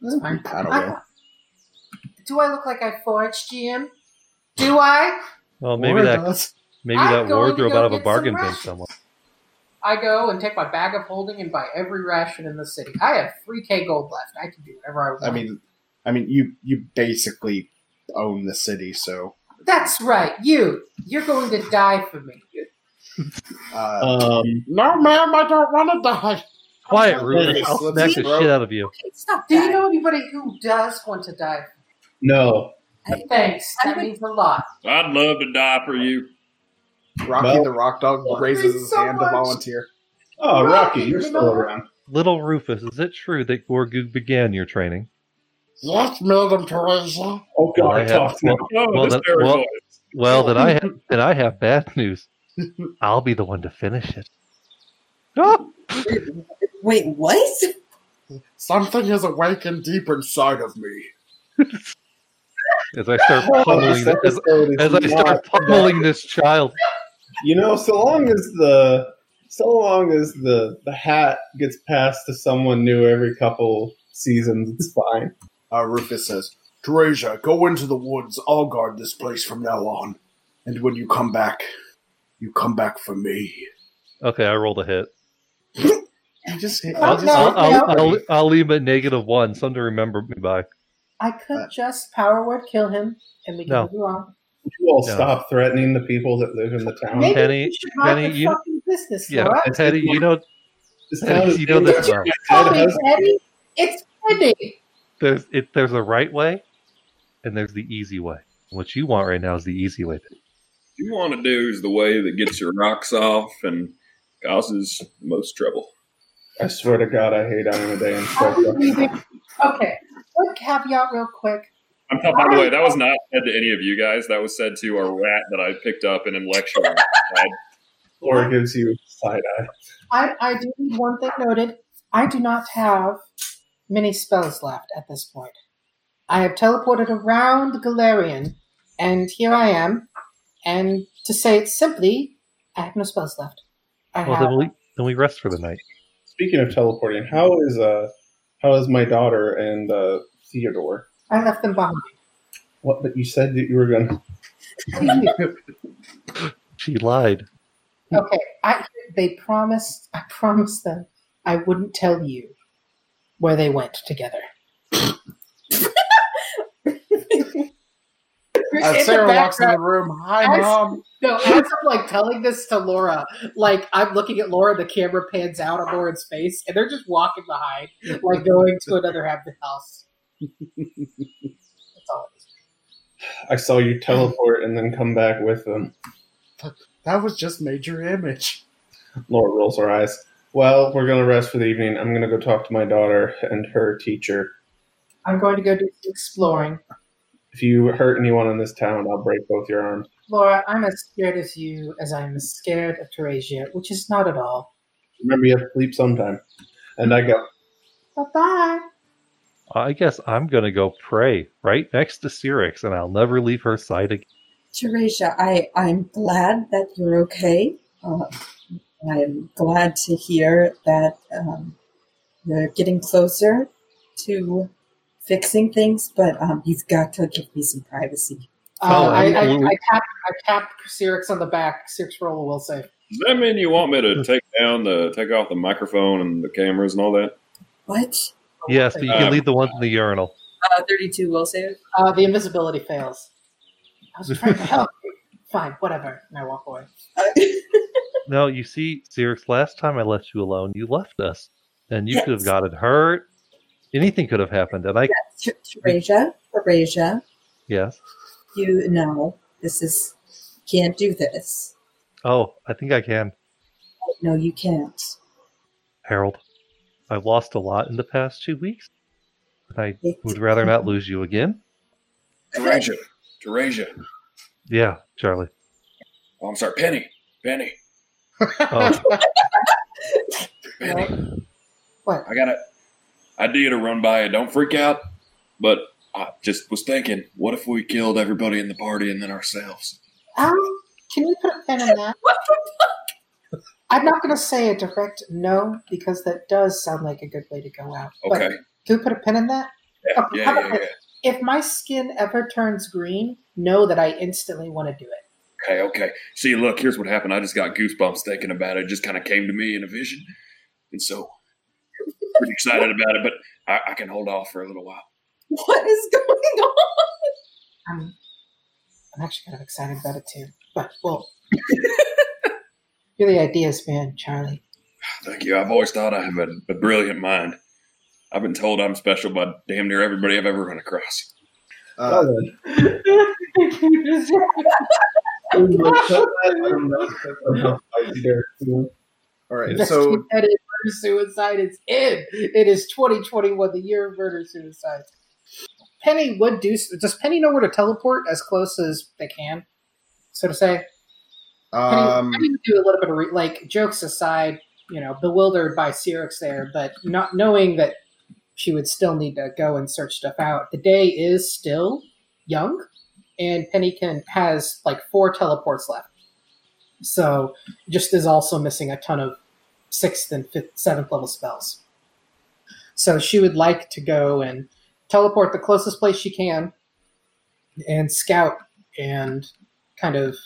Speaker 8: That's fine.
Speaker 2: kind of
Speaker 8: I- do I look like I forged GM? Do I?
Speaker 6: Well, maybe that maybe
Speaker 8: I'm
Speaker 6: that
Speaker 8: going to
Speaker 6: wardrobe
Speaker 8: go
Speaker 6: out of a
Speaker 8: get some Oh
Speaker 6: bargain bin
Speaker 8: rations.
Speaker 6: somewhere.
Speaker 8: I go and take my bag of holding and buy every ration in the city. I have 3k gold left. I can do whatever I want.
Speaker 2: I mean, I mean, you you basically own the city, so
Speaker 8: that's right. You, you're going to die for me.
Speaker 2: uh,
Speaker 5: Um,
Speaker 2: no, ma'am, I don't want to die.
Speaker 6: Quiet, Rudy.
Speaker 5: Yes,
Speaker 6: I'll
Speaker 2: let's
Speaker 6: smack the
Speaker 2: roll.
Speaker 6: shit out of you.
Speaker 3: Okay, stop
Speaker 8: Do you
Speaker 3: that.
Speaker 8: know anybody who does want to die?
Speaker 5: no,
Speaker 8: For me? Thanks. That
Speaker 3: I think-
Speaker 8: means a lot.
Speaker 4: I'd love to die for you.
Speaker 2: Rocky
Speaker 5: Well-
Speaker 2: the Rock Dog raises his
Speaker 8: so
Speaker 2: hand to
Speaker 8: much.
Speaker 2: volunteer.
Speaker 5: oh Rocky, you're
Speaker 8: Rocky,
Speaker 5: still
Speaker 8: no.
Speaker 5: around.
Speaker 6: Little Rufus, is it true that Gorgoog began your training?
Speaker 2: Yes, Madam Teresa.
Speaker 5: Oh
Speaker 6: Well, I
Speaker 5: God,
Speaker 6: have-
Speaker 5: talk now.
Speaker 4: Oh,
Speaker 6: Well,
Speaker 4: this
Speaker 6: that-
Speaker 4: very
Speaker 6: well-
Speaker 4: voice.
Speaker 6: Well, then I have, then I have bad news. I'll be the one to finish it. Oh,
Speaker 3: Wait, what?
Speaker 2: Something has awakened deep inside of me.
Speaker 6: as I start pummeling,
Speaker 5: This
Speaker 6: as,
Speaker 5: episode Oh, is
Speaker 6: as I
Speaker 5: not-
Speaker 6: start pummeling this child.
Speaker 5: you know, so long as the so long as the the hat gets passed to someone new every couple seasons, it's fine.
Speaker 2: Uh, Rufus says, Teresa, go into the woods. I'll guard this place from now on. And when you come back, you come back for me.
Speaker 6: Okay, I rolled a hit.
Speaker 2: You just hit.
Speaker 8: Oh,
Speaker 6: I'll,
Speaker 8: no,
Speaker 2: you Uh, just
Speaker 6: I'll,
Speaker 2: hit
Speaker 6: I'll,
Speaker 2: me.
Speaker 6: I'll, I'll leave at negative one. Something to remember me by.
Speaker 8: I could just power word kill him, and we can
Speaker 6: No.
Speaker 8: move on.
Speaker 5: Would You all
Speaker 6: No.
Speaker 5: stop threatening the people that live in the town.
Speaker 8: Maybe
Speaker 6: Penny-
Speaker 8: you should mind
Speaker 6: Penny,
Speaker 8: your
Speaker 6: you-
Speaker 8: fucking business,
Speaker 6: Yeah,
Speaker 8: Laura.
Speaker 6: Teddy, you know,
Speaker 5: This town
Speaker 6: Teddy,
Speaker 5: is
Speaker 6: you know
Speaker 5: named
Speaker 6: this well.
Speaker 8: Call me
Speaker 5: Ted
Speaker 8: Teddy. It's Teddy.
Speaker 6: There's it, there's a right way, and there's the easy way. What you want right now is the easy way.
Speaker 4: you want to do is the way that gets your rocks off and causes most trouble.
Speaker 5: I swear to God, I hate Amadeus. and Shrek.
Speaker 8: Okay. One caveat, real quick.
Speaker 4: I'm not, by the way, that was not said to any of you guys. That was said to a rat that I picked up in him lecturing.
Speaker 5: Laura gives you side eye.
Speaker 8: I, I do need one thing noted. I do not have many spells left at this point. I have teleported around Galarian, and here I am. And to say it simply, I have no spells left. I
Speaker 6: Well,
Speaker 8: have
Speaker 6: then we then we rest for the night.
Speaker 5: Speaking of teleporting, how is uh how is my daughter and uh Theodore?
Speaker 8: I left them behind.
Speaker 5: What? But you said that you were gonna.
Speaker 6: She lied.
Speaker 8: Okay, I they promised. I promised them I wouldn't tell you where they went together.
Speaker 7: Uh, Sarah walks in the room. Hi,
Speaker 8: As-
Speaker 7: mom.
Speaker 8: No, as I'm like telling this to Laura, like I'm looking at Laura, the camera pans out on Lauren's face, and they're just walking behind, like going to another half of the house. That's all it is.
Speaker 5: I saw you teleport and then come back with um, them.
Speaker 7: That was just major image.
Speaker 5: Laura rolls her eyes. Well, we're gonna rest for the evening. I'm gonna go talk to my daughter and her teacher.
Speaker 8: I'm going to go do some exploring.
Speaker 5: If you hurt anyone in this town, I'll break both your arms.
Speaker 8: Laura, I'm as scared as you as I'm as scared of Teresia, which is not at all.
Speaker 5: Remember, you have to sleep sometime. And I go.
Speaker 8: Bye bye.
Speaker 6: I guess I'm gonna go pray right next to Cyrix, and I'll never leave her side again.
Speaker 3: Teresia, I, I'm glad that you're okay. Uh, I'm glad to hear that um, you're getting closer to fixing things, but um, you've got to give me some privacy.
Speaker 8: Uh,
Speaker 6: Oh,
Speaker 8: I, I,
Speaker 6: we- we-
Speaker 8: I tapped I tapped Cyrix on the back. Cyrix roll will say.
Speaker 4: Does that mean you want me to take down the take off the microphone and the cameras and all that?
Speaker 3: What?
Speaker 6: Yes, but you can
Speaker 4: Um,
Speaker 6: leave the ones in the urinal.
Speaker 3: Uh, 32 will save.
Speaker 8: Uh, the invisibility fails. I was trying to help. you. Fine, whatever. And I walk away.
Speaker 3: Uh,
Speaker 6: No, you see, Cyrix, last time I left you alone, you left us, and you could have
Speaker 3: Yes.
Speaker 6: gotten hurt. Anything could have happened, and I
Speaker 3: Ter- Teresia, Teresia,
Speaker 6: yes.
Speaker 3: you know this is, can't do this.
Speaker 6: Oh, I think I can,
Speaker 3: No, you can't.
Speaker 6: Harold. I've lost a lot in the past two weeks, and I
Speaker 3: It-
Speaker 6: would rather not lose you again.
Speaker 4: Teresia, Teresia.
Speaker 6: Yeah, Charlie.
Speaker 4: Oh, I'm sorry, Penny, Penny,
Speaker 6: Oh,
Speaker 4: Penny.
Speaker 8: What?
Speaker 4: I got an idea to run by you. Don't freak out, but I just was thinking, what if we killed everybody in the party and then ourselves?
Speaker 8: Um, can you put a pin in that?
Speaker 3: What the
Speaker 8: I'm not going to say a direct no because that does sound like a good way to go out.
Speaker 4: Okay.
Speaker 8: But can we put a pin in that?
Speaker 4: Yeah,
Speaker 8: Okay,
Speaker 4: yeah,
Speaker 8: how
Speaker 4: yeah,
Speaker 8: about
Speaker 4: yeah.
Speaker 8: If my skin ever turns green, know that I instantly want to do it.
Speaker 4: Okay, okay. See, look, here's what happened. I just got goosebumps thinking about it. It just kind of came to me in a vision. And so, pretty excited about it, but I, I can hold off for a little while.
Speaker 3: What is going on?
Speaker 8: I'm, I'm actually kind of excited about it too. But, well, you're the ideas man, Charlie.
Speaker 4: Thank you. I've always thought I have a, a brilliant mind. I've been told I'm special by damn near everybody I've ever run across.
Speaker 7: Uh, all right, so
Speaker 8: that is murder suicide is in. It is 2021, the year of murder suicide. Penny would do. Does Penny know where to teleport as close as they can? So to say, Penny,
Speaker 7: um,
Speaker 8: Penny would do a little bit of re- like jokes aside. You know, bewildered by Cyrix there, but not knowing that she would still need to go and search stuff out. The day is still young, and Penny can has like four teleports left. So just is also missing a ton of sixth and fifth, seventh level spells. So she would like to go and teleport the closest place she can, and scout and kind of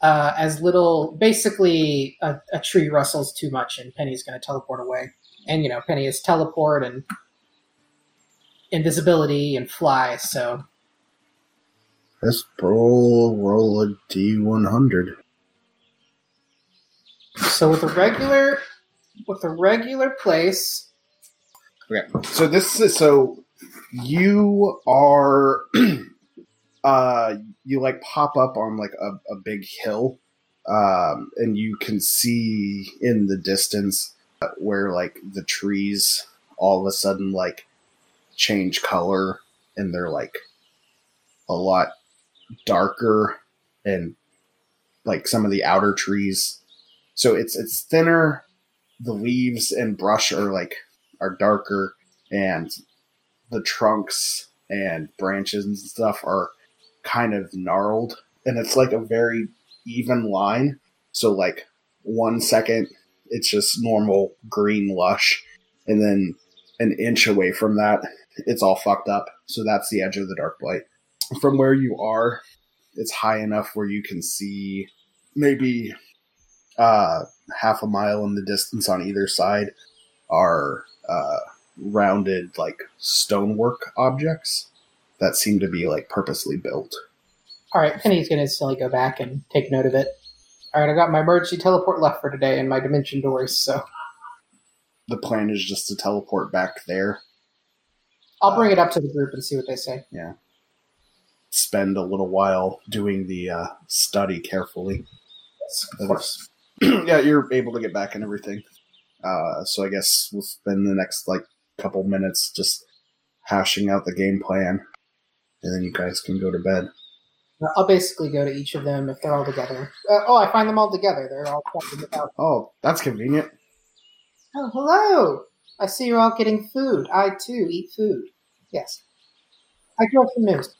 Speaker 8: uh, as little. Basically, a, a tree rustles too much, and Penny's going to teleport away. And you know, Penny is teleport and invisibility and fly. So
Speaker 7: let's roll roll a d one hundred.
Speaker 8: So with a regular with a regular place,
Speaker 7: Okay. So this is so you are uh you like pop up on like a, a big hill um and you can see in the distance uh, where like the trees all of a sudden like change color and they're like a lot darker and like some of the outer trees so it's it's thinner the leaves and brush are like are darker and the trunks and branches and stuff are kind of gnarled and it's like a very even line. So like one second it's just normal green lush, and then an inch away from that it's all fucked up. So that's the edge of the dark blight. From where you are, it's high enough where you can see maybe uh, half a mile in the distance on either side are uh, rounded like stonework objects that seem to be like purposely built.
Speaker 8: All right, Penny's gonna silly go back and take note of it. All right, I got my emergency teleport left for today and my dimension doors, so
Speaker 7: The plan is just to teleport back there,
Speaker 8: I'll bring it up to the group and see what they say.
Speaker 7: spend a little while doing the uh, study carefully.
Speaker 8: Of course.
Speaker 7: yeah, you're able to get back and everything. Uh, so I guess we'll spend the next like couple minutes just hashing out the game plan, and then you guys can go to bed.
Speaker 8: I'll basically go to each of them if they're all together. Uh, oh, I find them all together. They're all talking about.
Speaker 7: Oh, that's convenient.
Speaker 8: Oh, hello! I see you're all getting food. I too eat food. Yes. I got some news.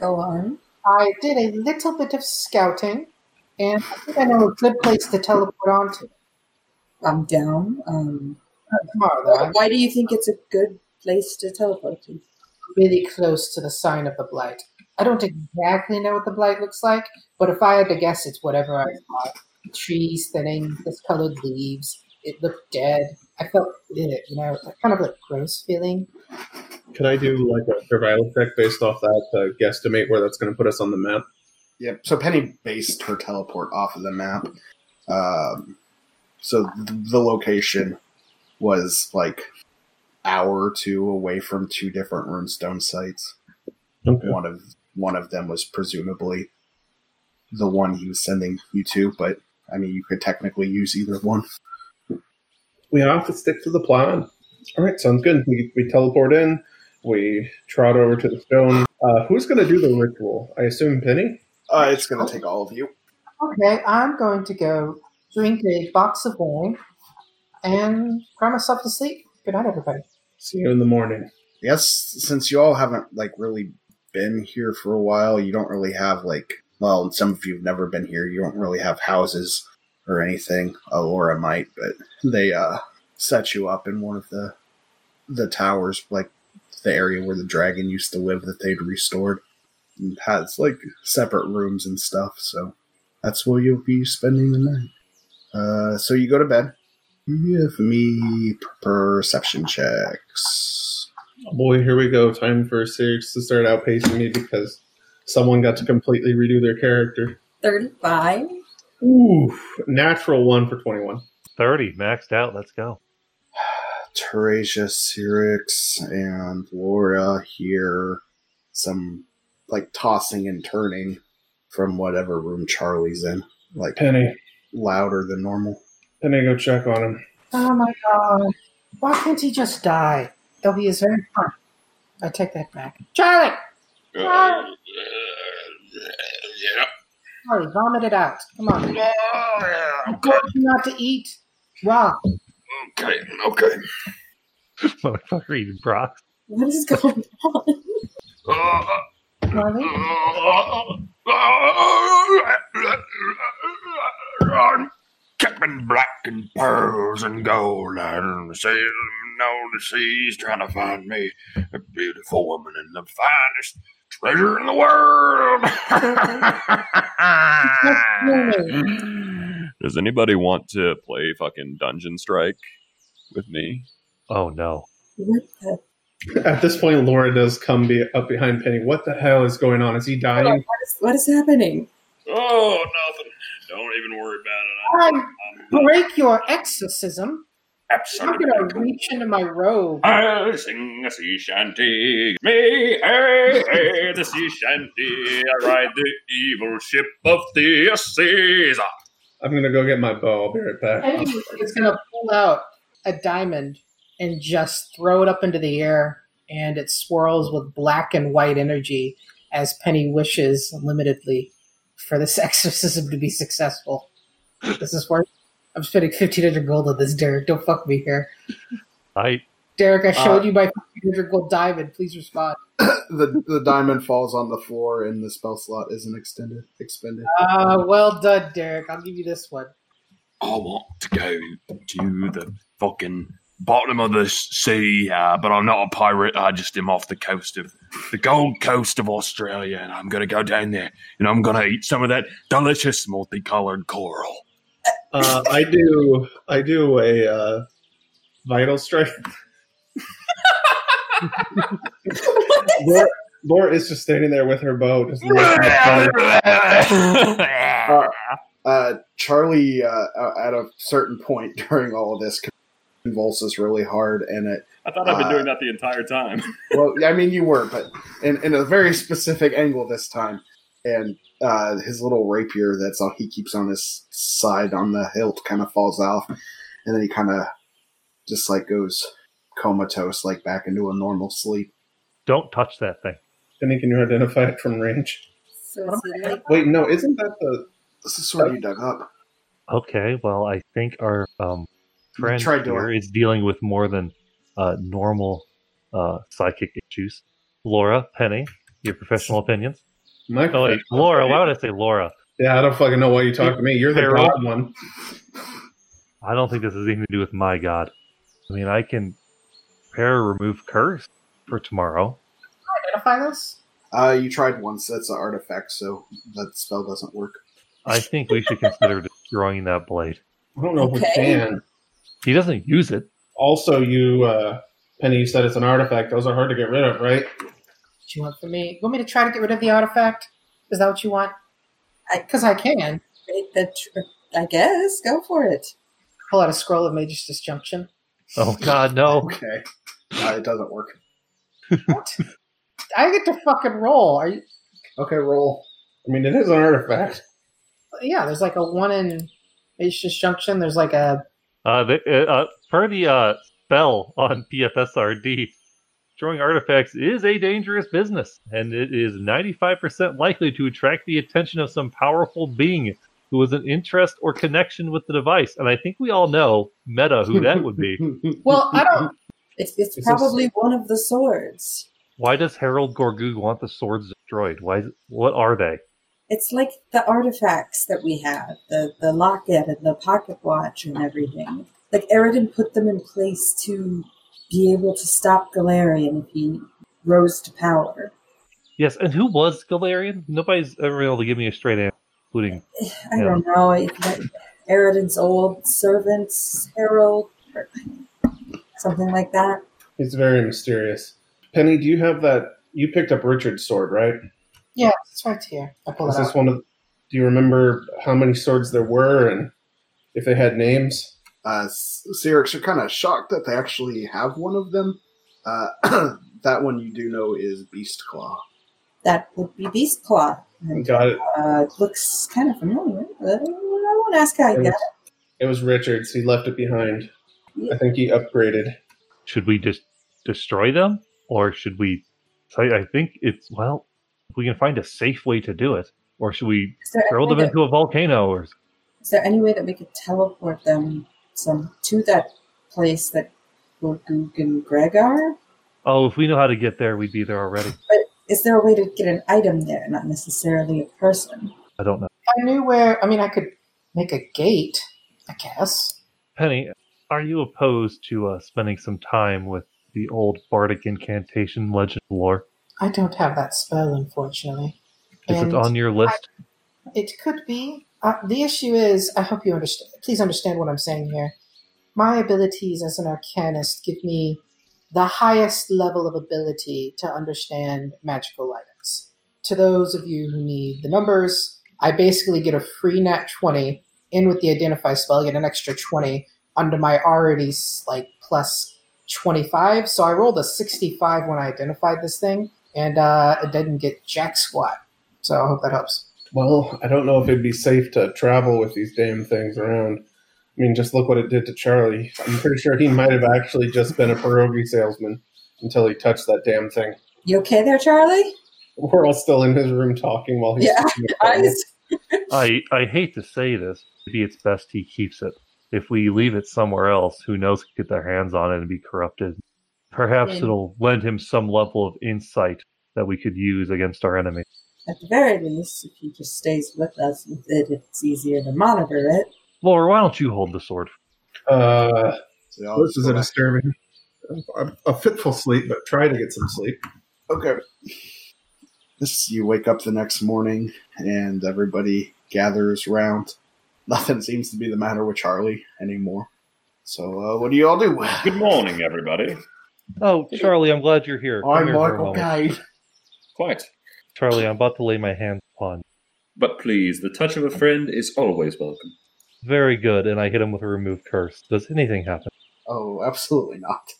Speaker 3: Go on.
Speaker 8: I did a little bit of scouting, and I think I know a good place to teleport onto.
Speaker 3: I'm down. Um,
Speaker 8: Not tomorrow, though. I'm
Speaker 3: why do you think it's a good place to teleport to?
Speaker 8: really close to the sign of the blight. I don't exactly know what the blight looks like, but if I had to guess, it's whatever I saw. Trees thinning, discolored leaves. It looked dead. I felt, eh, you know, kind of like gross feeling.
Speaker 5: Could I do like a survival check based off that to guesstimate where that's going to put us on the map?
Speaker 7: Yep. So Penny based her teleport off of the map. Um, so th- the location was like hour or two away from two different runestone sites.
Speaker 5: Okay.
Speaker 7: One of one of them was presumably the one he was sending you to, but I mean you could technically use either one.
Speaker 5: We have to stick to the plan. All right, sounds good. We, we teleport in. We trot over to the stone. Uh, who's going to do the ritual? I assume Penny.
Speaker 7: Uh, it's gonna take all of you.
Speaker 8: Okay, I'm going to go drink a box of wine and cry myself to sleep. Good night, everybody.
Speaker 5: See you in the morning.
Speaker 7: Yes, since you all haven't like really been here for a while, you don't really have like well, some of you've never been here. You don't really have houses or anything. Alora might, but they uh set you up in one of the the towers, like the area where the dragon used to live that they'd restored. And has like separate rooms and stuff, so that's where you'll be spending the night. Uh, so you go to bed. Give me perception checks.
Speaker 5: Oh boy, here we go. Time for Sirius to start outpacing me because someone got to completely redo their character.
Speaker 3: 35?
Speaker 5: Ooh, natural one for 21.
Speaker 6: 30, maxed out. Let's go.
Speaker 7: Teresia Sirix and Laura hear some like tossing and turning from whatever room Charlie's in, like
Speaker 5: Penny,
Speaker 7: louder than normal.
Speaker 5: Penny, go check on him.
Speaker 8: Oh my god. Why can't he just die? Though he is very fun. I take that back. Charlie!
Speaker 1: Uh,
Speaker 8: Charlie, vomit it out. Come on.
Speaker 1: yeah.
Speaker 8: You told me not to eat raw.
Speaker 1: Okay, okay.
Speaker 6: Motherfucker eating broth.
Speaker 3: What is going on?
Speaker 1: Uh,
Speaker 8: Charlie?
Speaker 1: I'm Captain Black and pearls and gold. I don't sail him down the seas trying to find me a beautiful woman and the finest treasure in the world.
Speaker 9: Does anybody want to play fucking Dungeon Strike with me?
Speaker 6: Oh no.
Speaker 3: What the?
Speaker 5: At this point, Laura does come be up behind Penny. What the hell is going on? Is he dying?
Speaker 3: What is, what is happening?
Speaker 4: Oh, nothing. Don't even worry about it.
Speaker 8: I break your exorcism. I'm going to
Speaker 4: Absolutely.
Speaker 8: reach into my robe.
Speaker 4: I'll sing a sea shanty. Me, hey, hey, the sea shanty. I ride the evil ship of Theocisa.
Speaker 5: I'm going to go get my bow. I'll be right back.
Speaker 8: Penny is going to pull out a diamond and just throw it up into the air, and it swirls with black and white energy as Penny wishes limitedly for this exorcism to be successful. This is worth. I'm spending 1500 gold on this, Derek. Don't fuck me here.
Speaker 6: I
Speaker 8: Derek, I showed you my 500 gold diamond. Please respond.
Speaker 7: the the diamond falls on the floor and the spell slot isn't extended expended.
Speaker 8: Uh, well done, Derek. I'll give you this one.
Speaker 1: I want to go to the fucking bottom of the sea, uh, but I'm not a pirate. I just am off the coast of the Gold Coast of Australia, and I'm going to go down there and I'm going to eat some of that delicious multicolored coral.
Speaker 5: Uh, I do. I do a uh, vital strike. Laura, Laura is just standing there with her bow. Just looking at her.
Speaker 7: Uh, Charlie, uh, at a certain point during all of this, convulses really hard, and it. uh,
Speaker 4: I thought I've been doing that the entire time.
Speaker 7: Well, I mean, you were, but in, in a very specific angle this time, and uh, his little rapier that's on he keeps on his side on the hilt kind of falls off, and then he kind of just like goes comatose, like back into a normal sleep.
Speaker 6: Don't touch that thing.
Speaker 5: Jenny, can you identify it from range?
Speaker 3: So it's a light
Speaker 5: Wait, no, isn't that the?
Speaker 7: This is sort of you dug up.
Speaker 6: Okay, well, I think our um,
Speaker 7: You
Speaker 6: friend
Speaker 7: tried to-
Speaker 6: here is dealing with more than uh, normal uh, psychic issues. Laura, Penny, your professional opinions.
Speaker 5: My
Speaker 6: Oh, wait, Laura. Why would I say Laura?
Speaker 5: Yeah, I don't fucking know why you talk to me. You're the
Speaker 6: Harold.
Speaker 5: god one.
Speaker 6: I don't think this has anything to do with my god. I mean, I can prepare a remove curse for tomorrow.
Speaker 8: Identify this?
Speaker 7: Uh, you tried once. That's an artifact, so that spell doesn't work.
Speaker 6: I think we should consider destroying that blade.
Speaker 5: I don't know if
Speaker 3: Okay.
Speaker 5: we can.
Speaker 6: He doesn't use it.
Speaker 5: Also, you, uh, Penny, you said it's an artifact. Those are hard to get rid of, right?
Speaker 8: What you want from me? You want me to try to get rid of the artifact? Is that what you want? Because I can.
Speaker 3: rate that tr- I guess. Go for it.
Speaker 8: Pull out a scroll of Mage's Disjunction.
Speaker 6: Oh God, no!
Speaker 7: Okay, uh, it doesn't work.
Speaker 8: What? I get to fucking roll. Are you?
Speaker 7: Okay, roll.
Speaker 5: I mean, it is an artifact.
Speaker 8: Yeah, there's like a one in Mage's Disjunction. There's like a
Speaker 6: Uh, the, uh, per the uh, spell on PFSRD, destroying artifacts is a dangerous business, and it is 95% likely to attract the attention of some powerful being who has an interest or connection with the device. And I think we all know meta who that would be.
Speaker 8: well. I don't.
Speaker 3: It's, it's
Speaker 5: Is this-
Speaker 3: probably one of the swords.
Speaker 6: Why does Harold Gorgug want the swords destroyed? Why? Is it, what are they?
Speaker 3: It's like the artifacts that we have, the the locket and the pocket watch and everything. Like Eridan put them in place to be able to stop Galarian if he rose to power.
Speaker 6: Yes, and who was Galarian? Nobody's ever been able to give me a straight answer, including
Speaker 3: I don't know. It, like, Eridan's old servant's herald, or something like that.
Speaker 5: It's very mysterious. Penny, do you have that? You picked up Richard's sword, right?
Speaker 8: Yeah, it's right here. I pull
Speaker 5: Is
Speaker 8: it out.
Speaker 5: this one of? Do you remember how many swords there were and if they had names?
Speaker 7: Uh, S- Cyrix, you're kind of shocked that they actually have one of them. Uh, that one you do know is Beast Claw.
Speaker 3: That would be Beast Claw. And,
Speaker 5: Got it.
Speaker 3: uh, it looks kind of familiar. I won't ask how I
Speaker 5: It
Speaker 3: got
Speaker 5: was, it was Richard's. He left it behind. I think he upgraded.
Speaker 6: should we just destroy them or should we so I, I think it's well if we can find a safe way to do it or should we
Speaker 3: Is there,
Speaker 6: throw
Speaker 3: any
Speaker 6: them
Speaker 3: way that,
Speaker 6: into a volcano or
Speaker 3: is there any way that we could teleport them some to that place that Gorgug and Greg are?
Speaker 6: oh if we know how to get there we'd be there already
Speaker 3: Is there a way to get an item there, not necessarily a person?
Speaker 6: i don't know
Speaker 8: I knew where. I mean, I could make a gate. I guess.
Speaker 6: penny are you opposed to uh, spending some time with the old bardic incantation legend lore
Speaker 8: I don't have that spell, unfortunately.
Speaker 6: is it
Speaker 8: And-
Speaker 6: on your list
Speaker 8: It could be. Uh, the issue is, I hope you understand. Please understand what I'm saying here. My abilities as an arcanist give me the highest level of ability to understand magical items. To those of you who need the numbers, I basically get a free nat 20 in with the identify spell, get an extra 20 under my already like plus 25. So I rolled a 65 when I identified this thing, and uh, it didn't get jack squat. So I hope that helps.
Speaker 5: Well, I don't know if it'd be safe to travel with these damn things around. I mean, just look what it did to Charlie. I'm pretty sure he might have actually just been a pierogi salesman until he touched that damn thing.
Speaker 3: You okay there, Charlie?
Speaker 5: We're all still in his room talking while he's.
Speaker 3: Yeah, Guys?
Speaker 6: i i hate to say this maybe it's best he keeps it if we leave it somewhere else who knows could get their hands on it and be corrupted Perhaps
Speaker 3: Yeah.
Speaker 6: it'll lend him some level of insight that we could use against our enemy.
Speaker 3: At the very least, if he just stays with us with it, it's easier to monitor it.
Speaker 6: Laura, why don't you hold the sword?
Speaker 5: Uh,
Speaker 7: So y'all
Speaker 5: this
Speaker 7: just
Speaker 5: is
Speaker 7: go
Speaker 5: a
Speaker 7: back-
Speaker 5: disturbing, a, a fitful sleep, but try to get some sleep.
Speaker 7: Okay. This you wake up the next morning and everybody gathers round. Nothing seems to be the matter with Charlie anymore. So uh, what do you all do?
Speaker 4: Good morning, everybody.
Speaker 6: Oh, Charlie, I'm glad you're here. Come
Speaker 7: I'm
Speaker 6: here for a
Speaker 7: Michael
Speaker 6: moment.
Speaker 7: Guy.
Speaker 4: Quite.
Speaker 6: Charlie, I'm about to lay my hands upon.
Speaker 4: But please, the touch of a friend is always welcome.
Speaker 6: you. Very good, and I hit him with a remove curse. Does anything happen?
Speaker 7: Oh, absolutely not.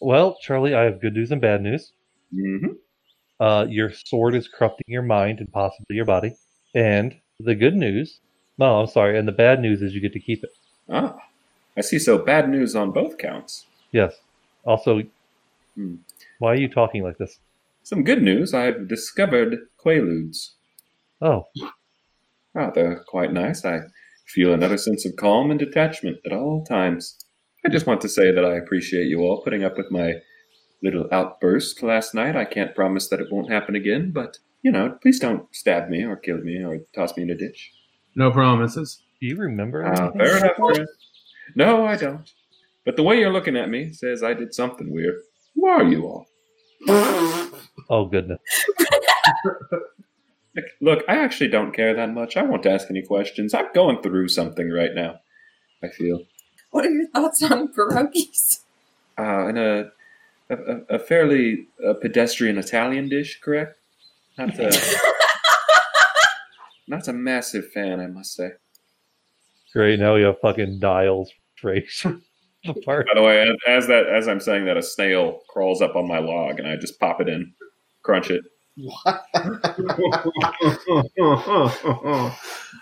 Speaker 6: Well, Charlie, I have good news and bad news.
Speaker 4: Mm-hmm.
Speaker 6: Uh, your sword is corrupting your mind and possibly your body. And the good news, no, I'm sorry, and the bad news is you get to keep it.
Speaker 4: Ah, I see. So bad news on both counts.
Speaker 6: Yes. Also,
Speaker 4: Hmm.
Speaker 6: why are you talking like this?
Speaker 4: Some good news. I have discovered quaaludes.
Speaker 6: Oh,
Speaker 4: Ah, they're quite nice. I feel another sense of calm and detachment at all times. I just want to say that I appreciate you all putting up with my little outburst last night. I can't promise that it won't happen again, but, you know, please don't stab me or kill me or toss me in a ditch.
Speaker 5: No promises.
Speaker 6: do you remember?
Speaker 4: Ah,
Speaker 6: anything?
Speaker 4: fair enough, friend. No, I don't. But the way you're looking at me says I did something weird. Who are you all?
Speaker 6: Oh, goodness.
Speaker 4: Look, look, I actually don't care that much. I won't ask any questions. I'm going through something right now. I feel
Speaker 3: What are your thoughts on pierogies?
Speaker 4: uh, in a, a a fairly uh, pedestrian Italian dish, correct? Not a, not a massive fan, I must say.
Speaker 6: Great, now you have fucking dials phrase. apart.
Speaker 4: By the way, as- as that as I'm saying that, a snail crawls up on my log, and I just pop it in, crunch it.
Speaker 7: What?
Speaker 5: Uh,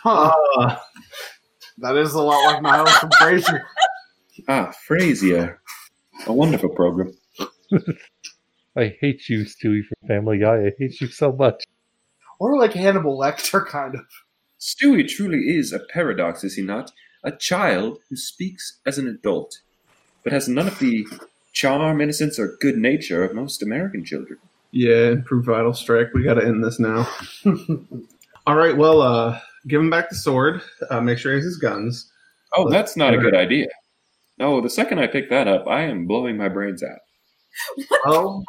Speaker 7: Huh. Uh, That is a lot like Miles from Frasier.
Speaker 4: Ah, Frasier, a wonderful program.
Speaker 6: I hate you, Stewie from Family Guy. I hate you so much.
Speaker 7: Or like Hannibal Lecter, kind of.
Speaker 4: Stewie truly is a paradox, is he not? A child who speaks as an adult, but has none of the charm, innocence, or good nature of most American children.
Speaker 5: yeah, improve vital strike. We got to end this now. All right. Well, uh, give him back the sword. Uh, make sure he has his guns.
Speaker 4: Oh, that's not a good idea. No, the second I pick that up, I am blowing my brains out.
Speaker 5: Well,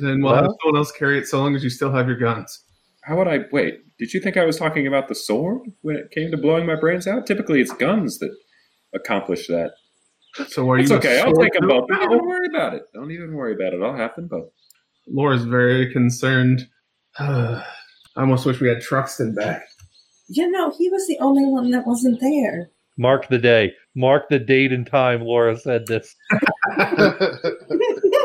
Speaker 5: then we'll have
Speaker 6: Well-
Speaker 5: someone else carry it so long as you still have your guns.
Speaker 4: How would I wait? Did you think I was talking about the sword when it came to blowing my brains out? Typically, it's guns that accomplish that.
Speaker 5: So are
Speaker 4: It's
Speaker 5: you? a
Speaker 4: okay. I'll
Speaker 5: sword
Speaker 4: take them both. Don't even
Speaker 5: girl?
Speaker 4: worry about it. Don't even worry about it. I'll have them both.
Speaker 5: Laura's very concerned. Uh, I almost wish we had Truxton back.
Speaker 3: You know, he was the only one that wasn't there.
Speaker 6: Mark the day. Mark the date and time Laura said this.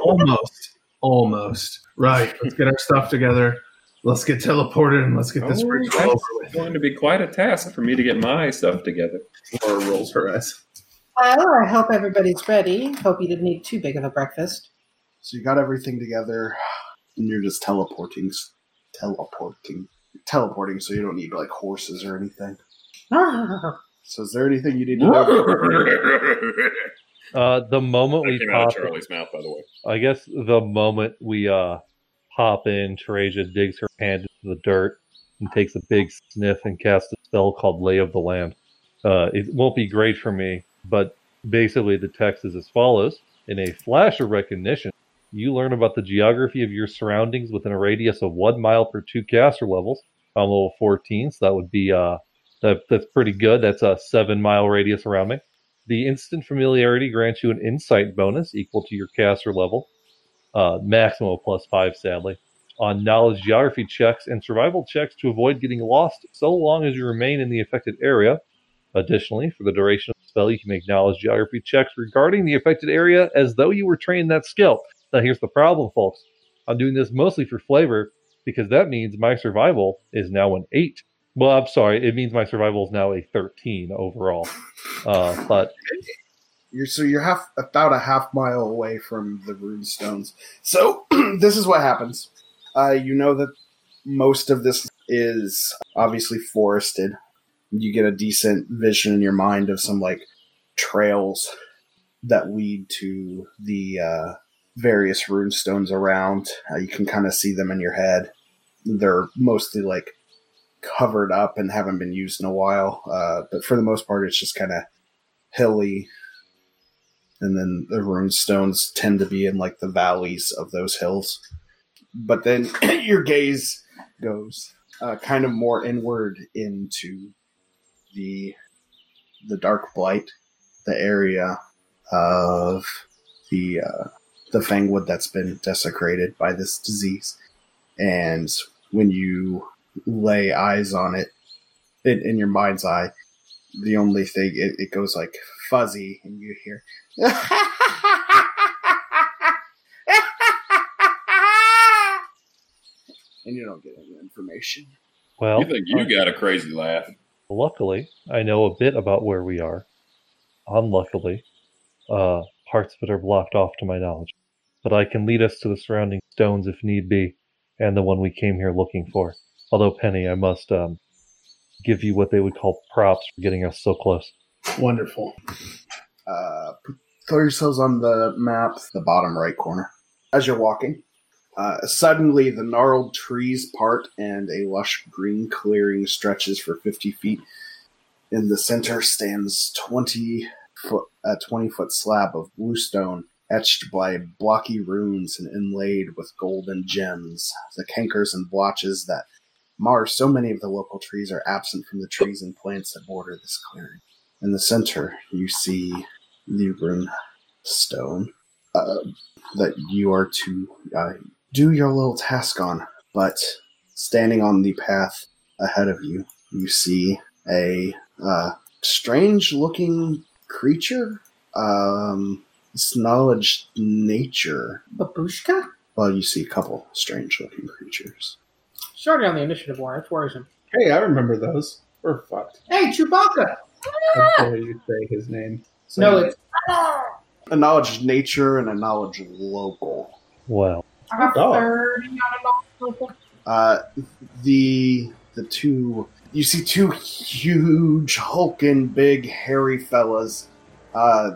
Speaker 5: almost, almost. Right. Let's get our stuff together. Let's get teleported and let's get this
Speaker 4: Oh,
Speaker 5: ritual
Speaker 4: that's
Speaker 5: over with.
Speaker 4: going to be quite a task for me to get my stuff together.
Speaker 5: Laura rolls her eyes.
Speaker 8: Well, I hope everybody's ready. Hope you didn't eat too big of a breakfast.
Speaker 7: So you got everything together, and you're just teleporting, teleporting, teleporting. So you don't need like horses or anything.
Speaker 8: Ah,
Speaker 7: So is there anything you need to know?
Speaker 4: that
Speaker 6: Uh, the moment we
Speaker 4: came out
Speaker 6: pop,
Speaker 4: of Charlie's mouth, by the way.
Speaker 6: I guess the moment we uh, pop in, Teresia digs her hand into the dirt and takes a big sniff and casts a spell called Lay of the Land. Uh, it won't be great for me, but basically the text is as follows: In a flash of recognition, you learn about the geography of your surroundings within a radius of one mile per two caster levels. I'm level 14, so that would be uh, that, that's pretty good. That's a seven mile radius around me. The instant familiarity grants you an insight bonus equal to your caster level, uh, maximum of plus five, sadly, on knowledge geography checks and survival checks to avoid getting lost so long as you remain in the affected area. Additionally, for the duration of the spell, you can make knowledge geography checks regarding the affected area as though you were trained that skill. Now, here's the problem, folks. I'm doing this mostly for flavor because that means my survival is now an eight. Well, I'm sorry, it means my survival is now a 13 overall. Uh, but
Speaker 7: You're so you're half about a half mile away from the rune stones. So this is what happens. Uh, you know that most of this is obviously forested. You get a decent vision in your mind of some like trails that lead to the uh, various runestones around. Uh, you can kind of see them in your head. They're mostly like covered up and haven't been used in a while. Uh, but for the most part, it's just kind of hilly. And then the runestones tend to be in like the valleys of those hills. But then your gaze goes uh, kind of more inward into the the dark blight, the area of the uh, the fangwood that's been desecrated by this disease. And when you lay eyes on it, in, in your mind's eye, the only thing it, it goes like fuzzy, and you hear and you don't get any information.
Speaker 6: Well,
Speaker 4: You think you got a crazy laugh?
Speaker 6: luckily, I know a bit about where we are. Unluckily, uh, parts of it are blocked off to my knowledge, but I can lead us to the surrounding stones if need be, and the one we came here looking for. Although, Penny, I must um, give you what they would call props for getting us so close.
Speaker 5: Wonderful.
Speaker 7: Uh, throw yourselves on the map, the bottom right corner. As you're walking, uh, suddenly the gnarled trees part and a lush green clearing stretches for 50 feet. In the center stands 20 foot, a 20 foot slab of blue stone etched by blocky runes and inlaid with gold and gems. The cankers and blotches that mar so many of the local trees are absent from the trees and plants that border this clearing. In the center, you see the rune stone uh, that you are to uh, do your little task on. But standing on the path ahead of you, you see a uh, strange looking creature. Um, it's knowledge nature.
Speaker 8: Babushka?
Speaker 7: Well, you see a couple strange looking creatures.
Speaker 8: Started on the initiative warrant. It's worrisome.
Speaker 5: Hey, I remember those. We're fucked.
Speaker 8: Hey, Chewbacca!
Speaker 5: How dare you say his name? So-
Speaker 8: No, it's
Speaker 7: A knowledge nature and a knowledge local.
Speaker 6: Well,
Speaker 8: I got
Speaker 5: Oh.
Speaker 8: 30 on a
Speaker 7: Uh, the the two you see two huge hulking big hairy fellas uh,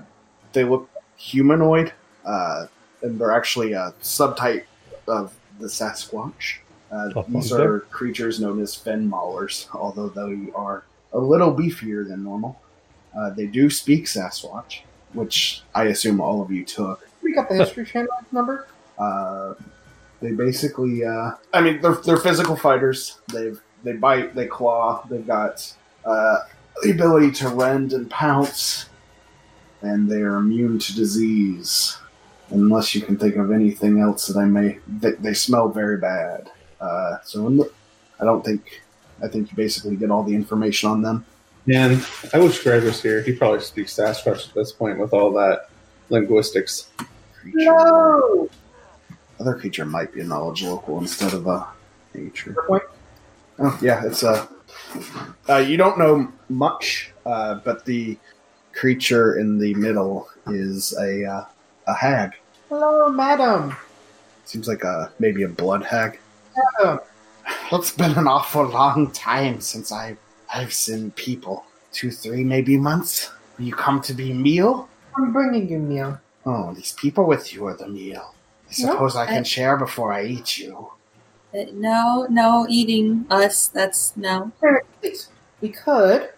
Speaker 7: they look humanoid uh, and they're actually a subtype of the sasquatch uh,
Speaker 6: Oh,
Speaker 7: these
Speaker 6: okay.
Speaker 7: are creatures known as fen maulers although they are a little beefier than normal uh, they do speak sasquatch which i assume all of you took
Speaker 8: We got the History Channel number.
Speaker 7: uh, they basically uh, I mean they're they're physical fighters. They've they bite, they claw, they've got uh, the ability to rend and pounce, and they are immune to disease. Unless you can think of anything else that I may, they, they smell very bad. Uh, so in the, I don't think I think you basically get all the information on them.
Speaker 5: Man, I wish Greg was here. He probably speaks Sasquatch at this point with all that linguistics.
Speaker 7: Creature,
Speaker 8: No!
Speaker 7: other creature might be a knowledge local instead of a nature.
Speaker 8: Good point.
Speaker 7: Oh yeah, it's a. Uh, you don't know much, uh, but the creature in the middle is a uh, a hag.
Speaker 8: Hello, madam.
Speaker 7: Seems like a maybe a blood hag.
Speaker 8: Madam.
Speaker 7: It's been an awful long time since I I've seen people. Two, three, maybe months. You come to be meal.
Speaker 8: I'm bringing you meal.
Speaker 7: Oh, these people with you are the meal. I
Speaker 8: No,
Speaker 7: suppose I can
Speaker 3: I-
Speaker 7: share before I eat you.
Speaker 3: Uh, No, no, eating us. That's no.
Speaker 8: Here, please. We could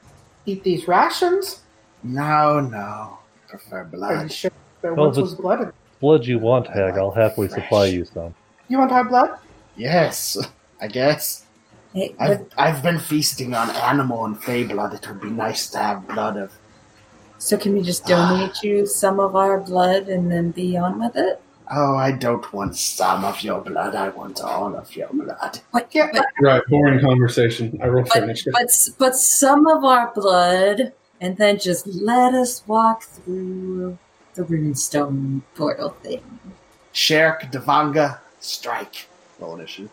Speaker 8: eat these rations.
Speaker 7: No, no. I prefer
Speaker 8: Are you
Speaker 7: blood.
Speaker 8: sure there
Speaker 6: Well,
Speaker 8: once
Speaker 6: if
Speaker 8: was blood? in-
Speaker 6: blood you want, Hag, I'll happily supply you some.
Speaker 8: You want to have blood?
Speaker 7: Yes, I guess.
Speaker 3: Hey, but,
Speaker 7: I've, I've been feasting on animal and fey blood. It would be nice to have blood of.
Speaker 3: so can we just donate you some of our blood and then be on with it?
Speaker 7: Oh, I don't want some of your blood. I want all of your blood.
Speaker 3: What?
Speaker 8: Yeah.
Speaker 3: But,
Speaker 5: Right, boring conversation. I roll for
Speaker 3: but,
Speaker 5: initiative.
Speaker 3: but, s- but some of our blood, and then just let us walk through the runestone portal thing.
Speaker 7: Sherk, Devanga, strike. Roll initiative.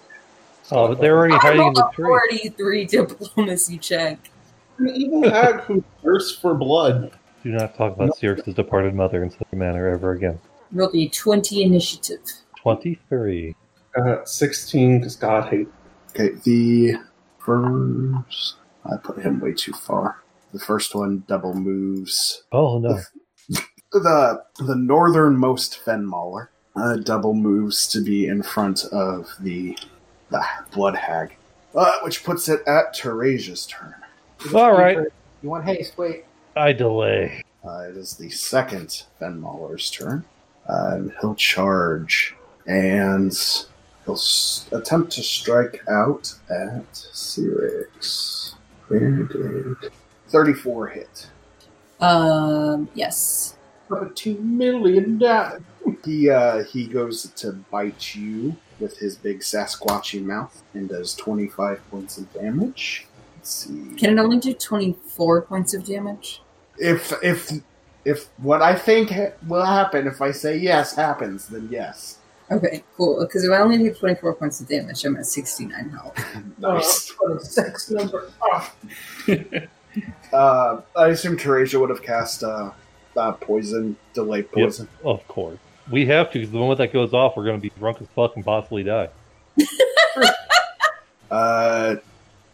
Speaker 6: Oh, but they're already
Speaker 3: I
Speaker 6: hiding in
Speaker 3: rolled
Speaker 6: the
Speaker 3: a
Speaker 6: tree.
Speaker 3: 43 diplomacy check.
Speaker 5: An evil hag who thirsts for blood.
Speaker 6: Do not talk about Cyrix's departed mother in such a manner ever again.
Speaker 3: Rolled a 20 initiative.
Speaker 6: 23.
Speaker 5: Uh, 16, because God hates.
Speaker 7: Okay, the first. I put him way too far. The first one double moves
Speaker 6: Oh, no.
Speaker 7: the the northernmost Fenmauler Uh, double moves to be in front of the the blood hag, uh, which puts it at Teresia's turn.
Speaker 6: All right.
Speaker 8: You want haste? Wait.
Speaker 6: I delay.
Speaker 7: Uh, it is the second Van Mahler's turn. Um, he'll charge and he'll s- attempt to strike out at Cyrix. Very good. 34 hit.
Speaker 3: Um, yes.
Speaker 8: For two million dollars.
Speaker 7: He uh, he goes to bite you with his big Sasquatchy mouth and does 25 points of damage. Let's see.
Speaker 3: Can it only do 24 points of damage?
Speaker 7: if if if what I think ha- will happen if I say yes happens, then yes.
Speaker 3: Okay, cool. Because if I only do 24 points of damage, I'm at 69 health.
Speaker 8: Nice. Oh, what a sex number. Oh,
Speaker 7: Uh, I assume Teresia would have cast uh, uh, poison, delay poison.
Speaker 6: Of course. We have to, 'cause the moment that goes off, we're going to be drunk as fuck and possibly die.
Speaker 7: Uh,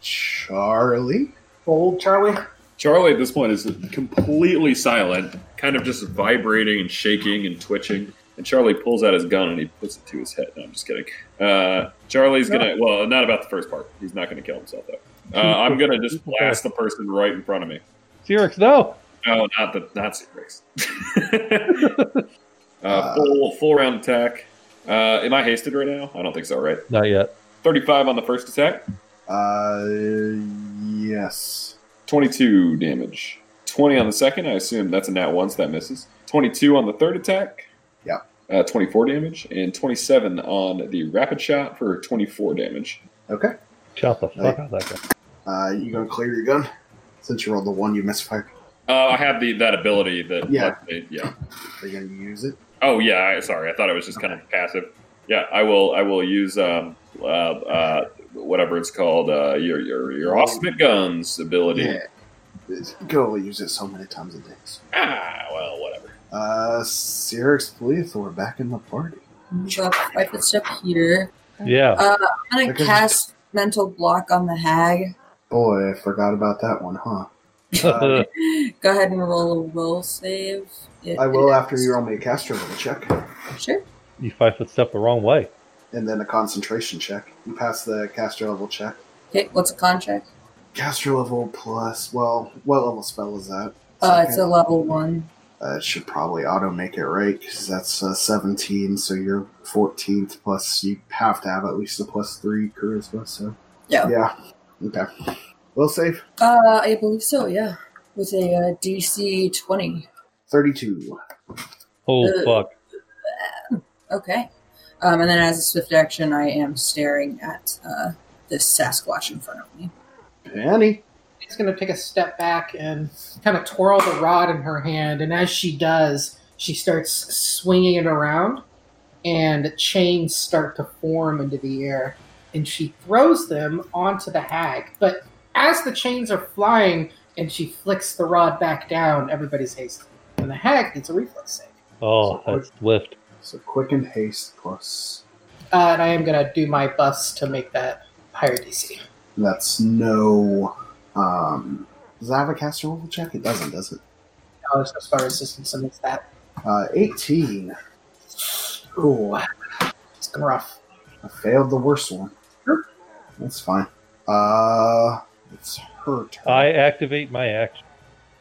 Speaker 7: Charlie,
Speaker 8: Bold, Charlie.
Speaker 4: Charlie at this point is completely silent, kind of just vibrating and shaking and twitching. And Charlie pulls out his gun and he puts it to his head. No, I'm just kidding. Uh, Charlie's gonna well, not about the first part. He's not gonna kill himself though. Uh, I'm gonna just blast the person right in front of me.
Speaker 6: Sirix, no!
Speaker 4: No, not the Nazi race. uh, full full round attack. Uh, am I hasted right now? I don't think so. Right,
Speaker 6: Not yet.
Speaker 4: thirty-five on the first attack,
Speaker 7: uh, yes,
Speaker 4: twenty-two damage, twenty on the second. I assume that's a nat one, so that misses. Twenty-two on the third attack.
Speaker 7: Yeah.
Speaker 4: Uh, twenty-four damage and twenty-seven on the rapid shot for twenty-four damage.
Speaker 7: okay.
Speaker 6: Chop the fuck out of that guy.
Speaker 7: Uh, you gonna clear your gun since you rolled the one you misfired?
Speaker 4: Uh, I have the that ability that
Speaker 7: Yeah.
Speaker 4: luckily- yeah.
Speaker 7: Are you gonna use it?
Speaker 4: Oh yeah, I, sorry. I thought it was just kind of passive. Yeah, I will. I will use um, uh, uh, whatever it's called. Uh, your your your ultimate guns ability.
Speaker 7: Yeah, It's- you can only use it so many times a day.
Speaker 4: Ah, well, whatever.
Speaker 7: Uh, Cyrix Pleothor back in the party.
Speaker 3: Move up five foot step here.
Speaker 6: Yeah.
Speaker 3: I'm going to
Speaker 7: Because-
Speaker 3: cast mental block on the hag.
Speaker 7: Boy, I forgot about that one, huh? uh,
Speaker 3: Go ahead and roll a will save. It
Speaker 7: I will
Speaker 3: is-
Speaker 7: after you roll me a caster roll check
Speaker 3: Sure.
Speaker 6: you five foot step the wrong way.
Speaker 7: and then a concentration check. You pass the caster level check.
Speaker 3: Okay, what's a contract?
Speaker 7: Caster level plus, well, what level spell is that?
Speaker 3: Uh, it's a
Speaker 7: Second.
Speaker 3: level one.
Speaker 7: Uh, it should probably auto make it right because that's uh, 17, so you're 14th plus you have to have at least a plus 3 charisma, so.
Speaker 3: Yeah.
Speaker 7: Yeah. Okay. Will save
Speaker 3: Uh, I believe so, yeah. With a uh, DC 20.
Speaker 7: 32.
Speaker 6: Oh,
Speaker 3: Uh,
Speaker 6: fuck.
Speaker 3: Okay. Um, and then as a swift action, I am staring at uh, this Sasquatch in front of me.
Speaker 7: Penny.
Speaker 8: She's going to take a step back and kind of twirl the rod in her hand. And as she does, she starts swinging it around, and chains start to form into the air. And she throws them onto the hag. But as the chains are flying and she flicks the rod back down, everybody's hasty. And the hag needs a reflex save.
Speaker 6: Oh, that's swift.
Speaker 7: So quick and haste plus.
Speaker 8: Uh, and I am going to do my best to make that higher DC.
Speaker 7: That's no. Um, does that have a caster level check? It doesn't, does it?
Speaker 8: No, there's no spell Uh, resistance against that.
Speaker 7: Uh, 18. Cool.
Speaker 8: It's gonna rough.
Speaker 7: I failed the worst one. That's fine. Uh, it's her turn.
Speaker 6: I activate my action.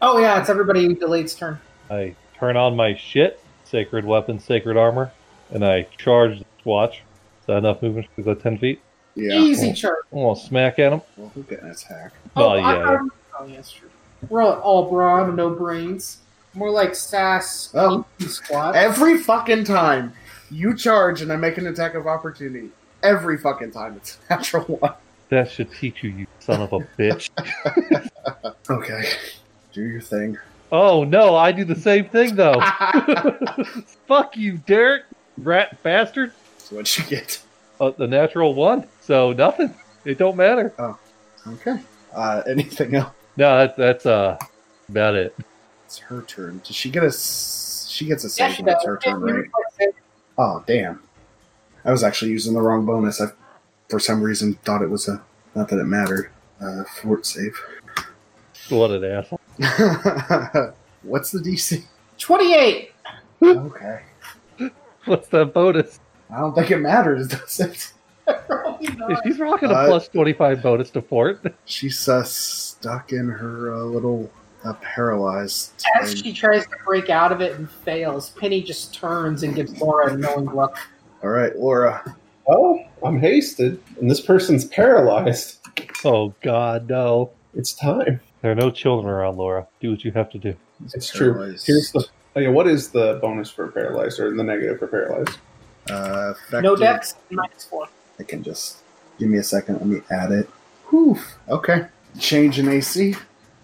Speaker 8: Oh, yeah, it's everybody delayed's turn.
Speaker 6: I turn on my shit, sacred weapon, sacred armor, and I charge the watch. Is that enough movement? Is that 10 feet?
Speaker 7: yeah.
Speaker 8: Easy charge.
Speaker 6: I'm going to smack at him.
Speaker 7: Well, who can attack?
Speaker 6: Oh,
Speaker 8: I-
Speaker 6: yeah.
Speaker 8: I'm- oh, yeah, that's true. We're all, all brawn, no brains. More like sass,
Speaker 7: Oh.
Speaker 8: squat. squad.
Speaker 7: Every fucking time you charge and I make an attack of opportunity, every fucking time it's a natural one.
Speaker 6: That should teach you, you son of a bitch.
Speaker 7: Okay. Do your thing.
Speaker 6: Oh, no, I do the same thing, though. fuck you, Derek, rat bastard.
Speaker 7: That's what you get.
Speaker 6: Uh, the natural one, so nothing. It don't matter.
Speaker 7: Okay. Uh, anything else?
Speaker 6: No, that's that's uh about it.
Speaker 7: It's her turn. Does she get a? s- She gets a
Speaker 8: Yeah,
Speaker 7: save
Speaker 8: she
Speaker 7: when it's
Speaker 8: does.
Speaker 7: her
Speaker 8: Yeah,
Speaker 7: turn,
Speaker 8: you
Speaker 7: right?
Speaker 8: reflex save.
Speaker 7: Oh damn! I was actually using the wrong bonus. I, for some reason, thought it was a. Not that it mattered. Uh, fort save.
Speaker 6: What an asshole.
Speaker 7: What's the DC?
Speaker 8: 28.
Speaker 7: okay.
Speaker 6: What's that bonus?
Speaker 7: I don't think it matters, does it?
Speaker 8: Probably
Speaker 6: If
Speaker 8: not.
Speaker 6: she's rocking a
Speaker 7: Uh,
Speaker 6: plus 25 bonus to fort,
Speaker 7: She's uh, stuck in her uh, little uh, paralyzed.
Speaker 8: As
Speaker 7: thing.
Speaker 8: she tries to break out of it and fails, Penny just turns and gives Laura a knowing look.
Speaker 7: All right, Laura.
Speaker 5: Oh, I'm hasted, and this person's paralyzed.
Speaker 6: oh god, no.
Speaker 5: It's time.
Speaker 6: There are no children around, Laura. Do what you have to do.
Speaker 5: It's true.
Speaker 7: paralyzed.
Speaker 5: Here's the. Oh, yeah, what is the bonus for paralyzed or the negative for paralyzed?
Speaker 7: Uh,
Speaker 8: No
Speaker 7: effective-
Speaker 8: dex, minus four.
Speaker 7: I can just give me a second. Let me add it. Whew. Okay. Change in AC.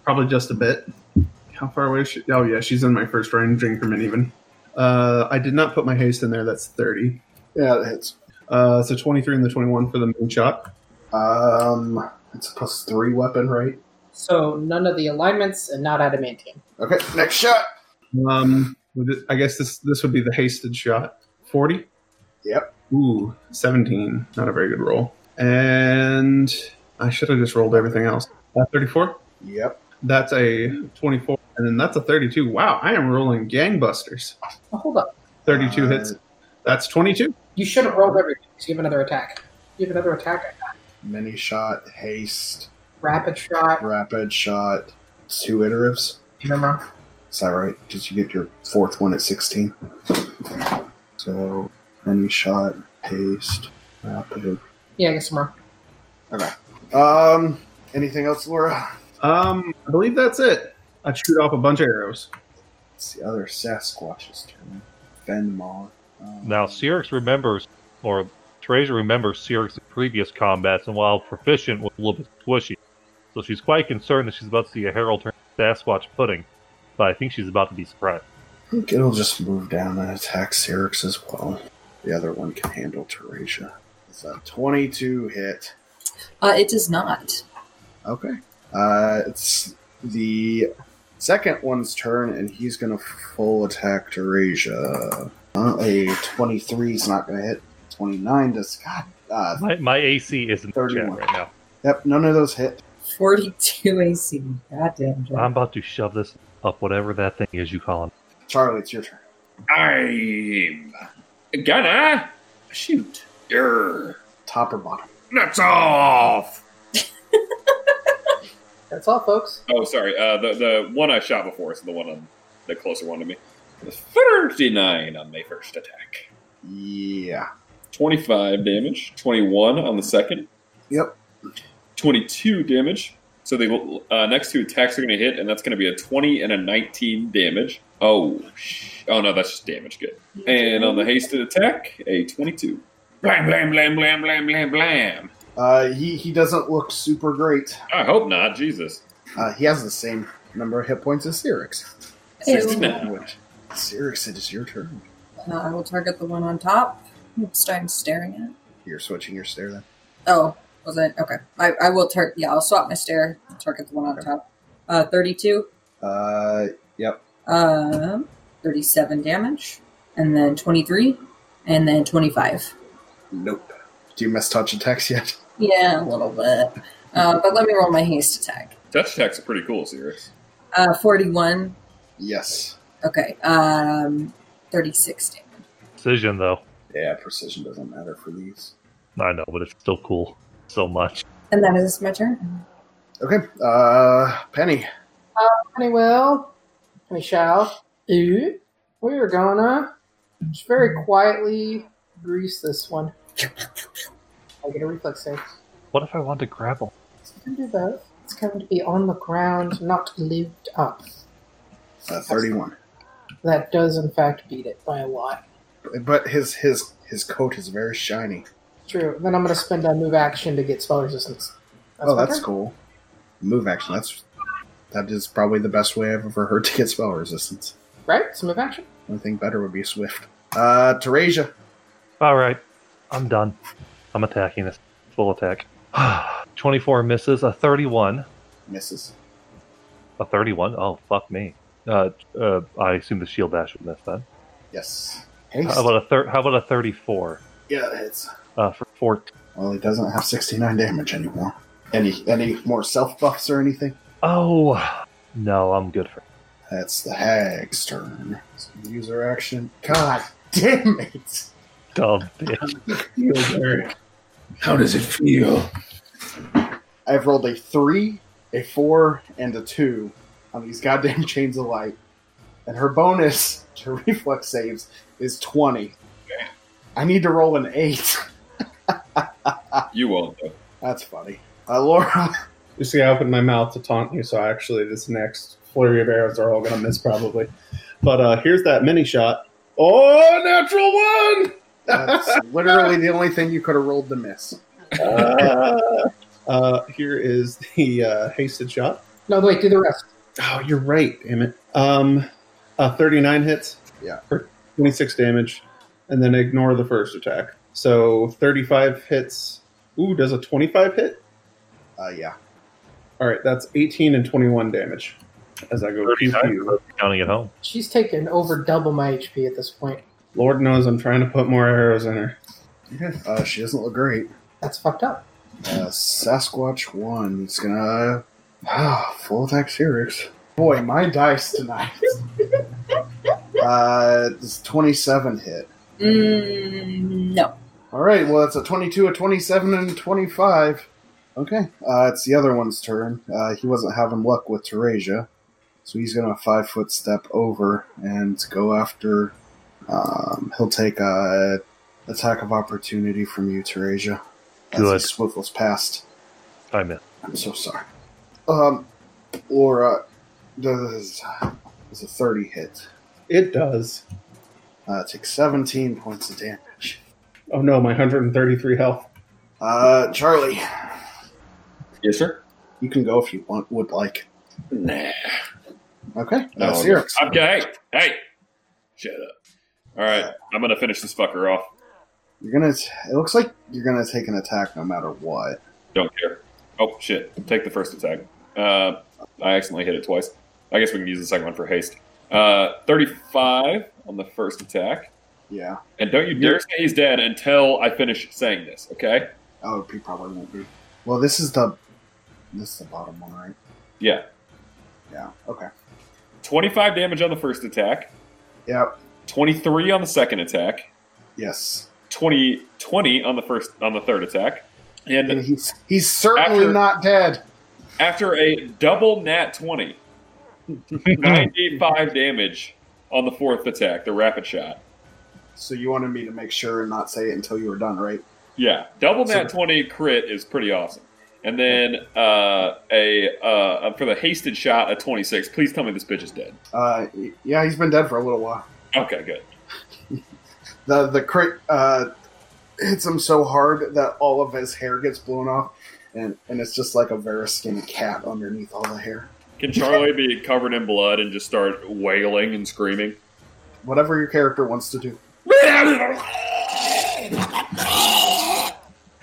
Speaker 5: Probably just a bit. How far away is she? Oh, yeah, she's in my first ranging from it even. Uh, I did not put my haste in there. That's 30.
Speaker 7: Yeah, that hits.
Speaker 5: Uh, so 23 and the 21 for the main shot.
Speaker 7: Um, it's a plus three weapon, right?
Speaker 8: So none of the alignments and not adamantium.
Speaker 7: Okay. Next shot.
Speaker 5: Um, with it- I guess this this would be the hasted shot. 40?
Speaker 7: Yep.
Speaker 5: Ooh, 17. Not a very good roll. And I should have just rolled everything else. Uh, 34?
Speaker 7: Yep.
Speaker 5: That's a 24. And then that's a 32. Wow, I am rolling gangbusters.
Speaker 8: Oh, hold up.
Speaker 5: 32
Speaker 7: Uh,
Speaker 5: hits. That's 22.
Speaker 8: You should have rolled everything. So you have another attack. You have another attack.
Speaker 7: Mini shot, haste,
Speaker 8: Rapid shot.
Speaker 7: rapid shot, two iteratives.
Speaker 8: Remember?
Speaker 7: Is that right? Did you get your fourth one at 16? So, mini shot, haste, rapid.
Speaker 8: Yeah, I guess more.
Speaker 7: Um, anything else, Laura?
Speaker 5: Um, I believe that's it. I shoot off a bunch of arrows.
Speaker 7: It's the other Sasquatch's turn. Venmon. Um,
Speaker 6: Now, Cyrix remembers, or Teresa remembers Cyrix's previous combats, and while proficient, was a little bit squishy. So she's quite concerned that she's about to see a Herald turn Sasquatch pudding, but I think she's about to be surprised.
Speaker 7: I think it'll just move down and attack Cyrix as well. The other one can handle Teresia. It's a 22 hit.
Speaker 3: Uh, it does not.
Speaker 7: Okay. Uh, it's the second one's turn, and he's going to full attack Teresia. Uh, a 23 is not going to hit. 29 does. God. Uh,
Speaker 6: My, my AC isn't chat
Speaker 7: 31.
Speaker 6: right now.
Speaker 7: yep, none of those hit.
Speaker 3: 42 AC. Goddamn.
Speaker 6: I'm
Speaker 3: John.
Speaker 6: about to shove this up whatever that thing is you call it.
Speaker 7: Charlie, it's your turn.
Speaker 1: I'm
Speaker 4: Gonna shoot.
Speaker 1: your
Speaker 7: Top or bottom?
Speaker 1: nuts off.
Speaker 8: That's all, folks.
Speaker 4: Oh, sorry. Uh, the the one I shot before is the one on the closer one to me. Thirty nine on my first attack.
Speaker 7: Yeah.
Speaker 4: Twenty five damage. Twenty one on the second.
Speaker 7: Yep.
Speaker 4: Twenty two damage. So the uh, next two attacks are going to hit, and that's going to be a twenty and a nineteen damage. Oh, sh- oh no, that's just damage. Good. And on the hasted attack, a twenty two. Blam blam blam blam blam blam blam.
Speaker 7: Uh, he, he doesn't look super great.
Speaker 4: I hope not. Jesus.
Speaker 7: Uh, he has the same number of hit points as Cyrix.
Speaker 3: Ew.
Speaker 4: 69.
Speaker 7: Which, Cyrix, it is your turn.
Speaker 3: Uh, I will target the one on top. Which I'm staring at.
Speaker 7: You're switching your stare then.
Speaker 3: Oh, was it? Okay. I, I will target. Yeah, I'll swap my stare. Target the one on top. Uh, 32.
Speaker 7: Uh, yep.
Speaker 3: Um, 37 damage. And then 23. And then 25.
Speaker 7: Nope. Do you miss touch attacks yet?
Speaker 3: Yeah, a little bit. Uh, but let me roll my haste attack.
Speaker 4: Touch attacks are pretty cool, serious.
Speaker 3: Uh, 41.
Speaker 7: Yes.
Speaker 3: Okay. Um, 36 damage.
Speaker 6: Decision, though.
Speaker 7: Yeah, precision doesn't matter for these.
Speaker 6: I know, but it's still cool. So much.
Speaker 3: And that is my turn.
Speaker 7: Okay. Uh, Penny.
Speaker 8: Penny will. Penny shall. Ooh. We're gonna just very quietly grease this one. I get a reflex save.
Speaker 6: What if I wanted to grapple?
Speaker 8: So you can do both. It's going to be on the ground, not lubed up.
Speaker 7: Uh, Thirty-one.
Speaker 8: That does, in fact, beat it by a lot.
Speaker 7: But his his his coat is very shiny.
Speaker 8: True. Then I'm going to spend a move action to get spell resistance.
Speaker 7: oh,
Speaker 8: my
Speaker 7: that's
Speaker 8: turn.
Speaker 7: cool. Move action. That's that is probably the best way I've ever heard to get spell resistance.
Speaker 8: Right? It's a move action.
Speaker 7: One thing better would be swift. Uh, Teresia.
Speaker 6: All right, I'm done. I'm attacking this full attack. 24 misses, a 31,
Speaker 7: Misses.
Speaker 6: a 31. Oh fuck me. Uh, uh, I assume the shield dash would miss then.
Speaker 7: Yes. Haste.
Speaker 6: How about a thir- How about a 34?
Speaker 7: yeah, it hits.
Speaker 6: Uh, for 14.
Speaker 7: Well, he doesn't have sixty-nine damage anymore. Any any more self buffs or anything?
Speaker 6: Oh no, I'm good for.
Speaker 7: That's the hag's turn. User action. God
Speaker 8: damn it!
Speaker 6: Dumb bitch.
Speaker 1: How does it feel?
Speaker 7: I've rolled a three, a four, and a two on these goddamn chains of light. And her bonus to reflex saves is 20. I need to roll an eight.
Speaker 4: You won't, though.
Speaker 7: That's funny. Uh, Laura,
Speaker 5: You see, I opened my mouth to taunt you, so actually, this next flurry of arrows are all going to miss probably. But uh, here's that mini shot. Oh, natural one!
Speaker 7: that's literally the only thing you could have rolled to miss.
Speaker 5: Uh, here is the uh, hasted shot.
Speaker 8: No, wait, do the rest.
Speaker 5: Oh, you're right. Damn it. Um, uh, 39 hits.
Speaker 7: Yeah.
Speaker 5: For 26 damage, and then ignore the first attack. So 35 hits. Ooh, does a 25 hit?
Speaker 7: Uh, yeah.
Speaker 5: All right, that's 18 and 21 damage. As I go pew
Speaker 6: 35.
Speaker 5: pew.
Speaker 6: Counting at home.
Speaker 8: She's taken over double my HP at this point.
Speaker 5: Lord knows I'm trying to put more arrows in her.
Speaker 7: Uh, she doesn't look great.
Speaker 8: That's fucked up.
Speaker 7: Uh, Sasquatch 1. It's gonna. Ah, full attack Syrix. Boy, my dice tonight. uh, does 27 hit?
Speaker 3: Mm, no.
Speaker 7: All right. Well, it's a twenty-two, a twenty-seven, and a twenty-five. Okay. Uh, it's the other one's turn. Uh, he wasn't having luck with Teresia, so he's gonna five-foot step over and go after. Um, he'll take a attack of opportunity from you, Teresia, as he
Speaker 6: Good.
Speaker 7: swiftles past.
Speaker 6: I miss.
Speaker 7: I'm so sorry. Um, Laura does is a thirty hit.
Speaker 5: It does.
Speaker 7: Uh, takes seventeen points of damage.
Speaker 5: Oh no, my 133 health.
Speaker 7: Uh, Charlie,
Speaker 4: Yes, sir.
Speaker 7: you can go if you want. Would like.
Speaker 4: Nah.
Speaker 7: Okay,
Speaker 4: No,
Speaker 7: that's yours.
Speaker 4: I'm, hey, hey, shut up. All right, I'm gonna finish this fucker off.
Speaker 7: You're gonna. It looks like you're gonna take an attack no matter what.
Speaker 4: Don't care. Oh shit! Take the first attack. Uh, I accidentally hit it twice. I guess we can use the second one for haste. Uh, Thirty-five on the first attack,
Speaker 7: Yeah.
Speaker 4: and don't you dare say he's dead until I finish saying this. Okay?
Speaker 7: Oh, he probably won't be. Well, this is the. This is the bottom one, right?
Speaker 4: Yeah.
Speaker 7: Yeah. Okay.
Speaker 4: Twenty-five damage on the first attack.
Speaker 7: Yep.
Speaker 4: Twenty-three on the second attack.
Speaker 7: Yes.
Speaker 4: 20, 20 on the first on the third attack,
Speaker 7: And
Speaker 4: and
Speaker 7: he's he's certainly
Speaker 4: After-
Speaker 7: not dead.
Speaker 4: after a double nat twenty. 95 damage on the fourth attack, the rapid shot.
Speaker 7: So you wanted me to make sure and not say it until you were done, right?
Speaker 4: Yeah, double
Speaker 7: So-
Speaker 4: nat 20 crit is pretty awesome. And then uh, a uh, for the hasted shot, a 26. Please tell me this bitch is dead.
Speaker 7: Uh, y- yeah, he's been dead for a little while.
Speaker 4: Okay, good.
Speaker 7: The the crit uh, hits him so hard that all of his hair gets blown off, and and it's just like a very skinny cat underneath all the hair.
Speaker 4: Can Charlie be covered in blood and just start wailing and screaming?
Speaker 7: Whatever your character wants to do.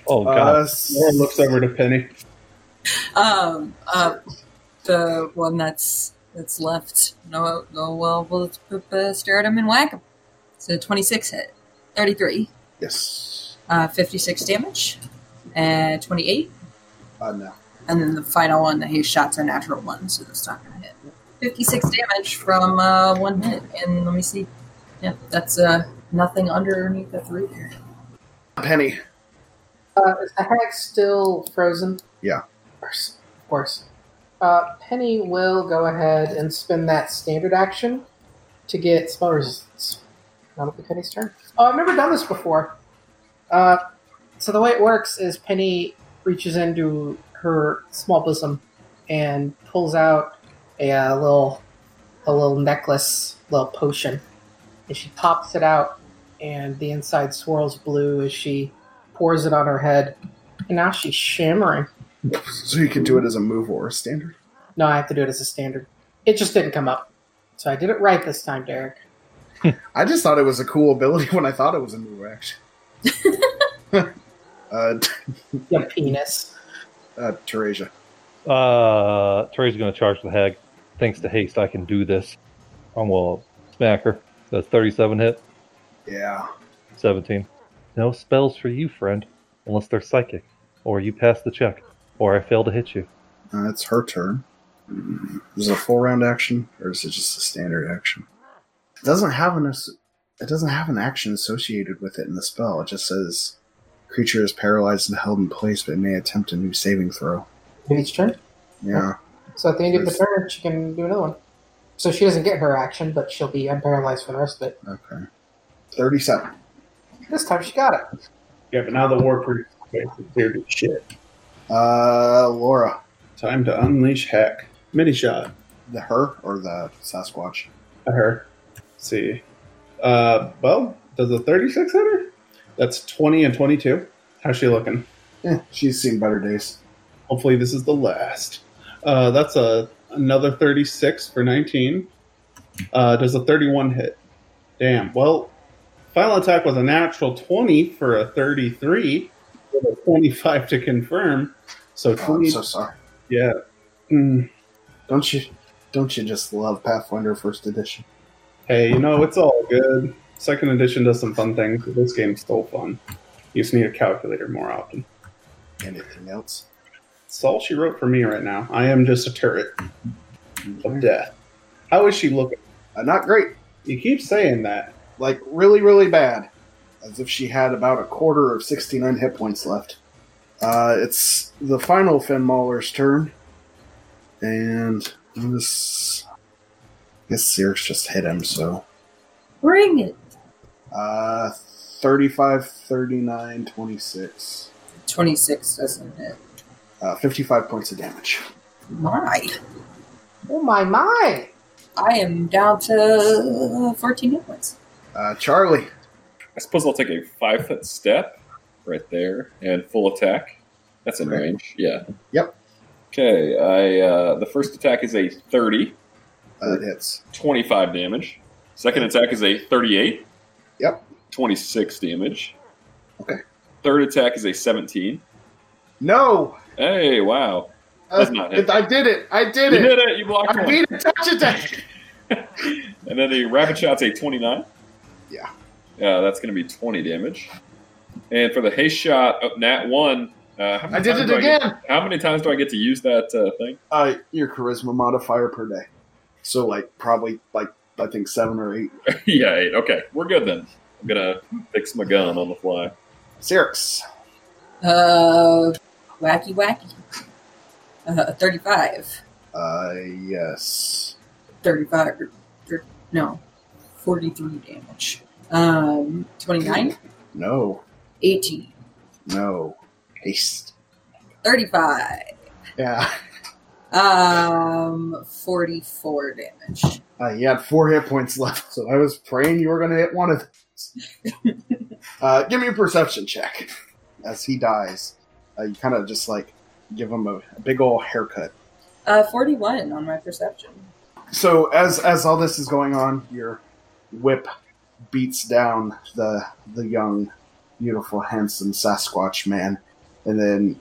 Speaker 6: Oh god.
Speaker 7: Uh,
Speaker 5: Laura looks over to Penny.
Speaker 3: Um, uh, the one that's that's left. No, no. Well, we'll uh, stare at him and whack him. So twenty-six hit, thirty-three,
Speaker 7: Yes.
Speaker 3: uh, fifty-six damage, and twenty-eight,
Speaker 7: Uh, no.
Speaker 3: and then the final one that he shot's a natural one, so that's not gonna hit. Fifty-six damage from uh, one hit, and let me see. Yeah, that's uh, nothing underneath the three here.
Speaker 7: Penny.
Speaker 8: Uh, is the hag still frozen?
Speaker 7: Yeah.
Speaker 8: Of course. Of course. Uh, Penny will go ahead and spin that standard action to get spell resistance. Now it'll be Penny's turn. Oh, I've never done this before. Uh, so the way it works is Penny reaches into her small bosom and pulls out a, uh little a little necklace, little potion, and she pops it out, and the inside swirls blue as she pours it on her head, and now she's shimmering.
Speaker 7: So you can do it as a move or a standard.
Speaker 8: No, I have to do it as a standard. It just didn't come up. So I did it right this time, Derek.
Speaker 7: I just thought it was a cool ability when I thought it was a move action. uh, t-
Speaker 8: The penis.
Speaker 7: uh, Teresia.
Speaker 6: Uh, Terry's going to charge the hag. Thanks to haste, I can do this. I'm gonna smack her. That's 37 hit,
Speaker 7: Yeah.
Speaker 6: 17. No spells for you, friend, unless they're psychic, or you pass the check, or I fail to hit you.
Speaker 7: Uh, it's her turn. Hmm. Mm, Is it a full round action or is it just a standard action? It doesn't have an. ass- It doesn't have an action associated with it in the spell. It just says creature is paralyzed and held in place, but may attempt a new saving throw.
Speaker 8: Each turn.
Speaker 7: Yeah.
Speaker 8: So at the end of the turn, she can do another one. So she doesn't get her action, but she'll be unparalyzed for the rest of it.
Speaker 7: Okay. Thirty-seven.
Speaker 8: This time she got it.
Speaker 5: Yeah, but now the war priest is cleared as shit.
Speaker 7: Uh, Laura,
Speaker 5: Time to unleash heck. Mini shot
Speaker 7: the her or the Sasquatch?
Speaker 5: at her. Let's see. Uh, well, does a 36 hit her? That's 20 and 22. How's she looking?
Speaker 7: Eh, she's seen better days.
Speaker 5: Hopefully, this is the last. Uh, that's a another 36 for 19. Uh, does a 31 hit? Damn. Well, final attack was a natural 20 for a 33, with a 25 to confirm. So
Speaker 7: Oh, I'm
Speaker 5: 20.
Speaker 7: so sorry.
Speaker 5: yeah. Mm.
Speaker 7: Don't you? Don't you just love Pathfinder First Edition?
Speaker 5: Hey, you know, it's all good. Second edition does some fun things, but this game's still fun. You just need a calculator more often.
Speaker 7: Anything else?
Speaker 5: It's all she wrote for me right now. I am just a turret of
Speaker 7: Mm-hmm.
Speaker 5: death. How is she looking?
Speaker 7: Uh, not great.
Speaker 5: You keep saying that.
Speaker 7: like really, really bad, as if she had about a quarter of 69 hit points left. Uh, it's the final Finn Mauler's turn, and this. I guess Sears just hit him, so.
Speaker 3: Bring it.
Speaker 7: Uh, 35, 39, 26.
Speaker 3: 26 doesn't it?
Speaker 7: Uh, 55 points of damage.
Speaker 3: My.
Speaker 8: Oh my my!
Speaker 3: I am down to 14 hit points.
Speaker 7: Uh, Charlie,
Speaker 4: I suppose I'll take a five foot step right there and full attack. That's in
Speaker 7: Okay.
Speaker 4: range. Yeah.
Speaker 7: Yep.
Speaker 4: Okay. I uh, the first attack is a 30,
Speaker 7: uh, it hits.
Speaker 4: 25 damage. Second attack is a 38.
Speaker 7: Yep.
Speaker 4: 26 damage.
Speaker 7: Okay.
Speaker 4: Third attack is a 17.
Speaker 7: No!
Speaker 4: Hey, wow. That's
Speaker 7: Uh,
Speaker 4: not it.
Speaker 7: I did it! I did
Speaker 4: You
Speaker 7: it!
Speaker 4: did it. You blocked
Speaker 7: I
Speaker 4: one.
Speaker 7: beat a touch attack!
Speaker 4: And then the rapid shot's a 29.
Speaker 7: Yeah.
Speaker 4: Yeah, Uh, that's going to be 20 damage. And for the haste shot, oh, nat 1. Uh, how many
Speaker 7: I did
Speaker 4: times
Speaker 7: it
Speaker 4: do get-
Speaker 7: again!
Speaker 4: how many times do I get to use that uh, thing?
Speaker 7: Uh, your charisma modifier per day. So like probably like I think seven or eight.
Speaker 4: yeah, eight. Okay, we're good then. I'm going to fix my gun on the fly.
Speaker 7: Sirix.
Speaker 3: Uh, wacky, wacky. Uh, 35.
Speaker 7: Uh, yes.
Speaker 3: 35. or- or- No, 43 damage. Um, 29,
Speaker 7: No.
Speaker 3: 18,
Speaker 7: No. Haste.
Speaker 3: 35.
Speaker 7: Yeah.
Speaker 3: Um, 44 damage.
Speaker 7: Uh, you had four hit points left, so I was praying you were going to hit one of those. uh, give me a perception check. As he dies, uh, you kind of just like give him a, a big old haircut.
Speaker 3: Uh, 41 on my perception.
Speaker 7: so as as all this is going on, your whip beats down the the young, beautiful, handsome Sasquatch man, and then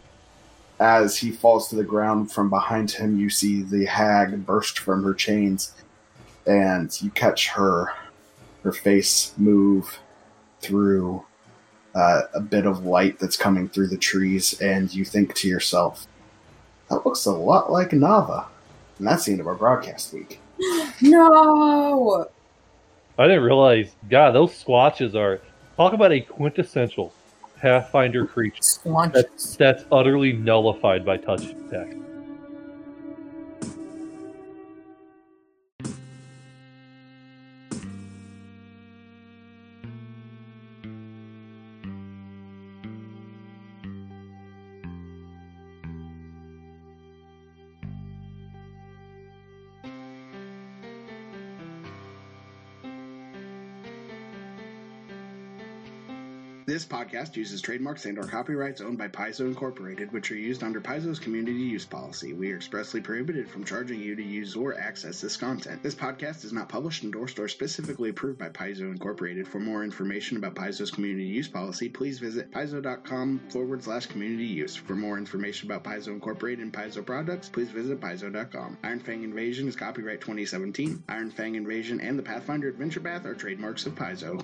Speaker 7: as he falls to the ground from behind him, you see the hag burst from her chains, and you catch her her face move through uh, a bit of light that's coming through the trees, and you think to yourself, "That looks a lot like Nava." And that's the end of our broadcast week.
Speaker 3: No!
Speaker 6: I didn't realize. God, those squatches are talk about a quintessential Pathfinder creature
Speaker 8: Squanches.
Speaker 6: that's utterly nullified by touch attack.
Speaker 7: This podcast uses trademarks and/or copyrights owned by Paizo Incorporated, which are used under Paizo's community use policy. We are expressly prohibited from charging you to use or access this content. This podcast is not published, endorsed, or specifically approved by Paizo Incorporated. For more information about Paizo's community use policy, please visit paizo.com forward slash community use. For more information about Paizo Incorporated and Paizo products, please visit paizo.com. Iron Fang Invasion is copyright 2017. Iron Fang Invasion and the Pathfinder Adventure Path are trademarks of Paizo.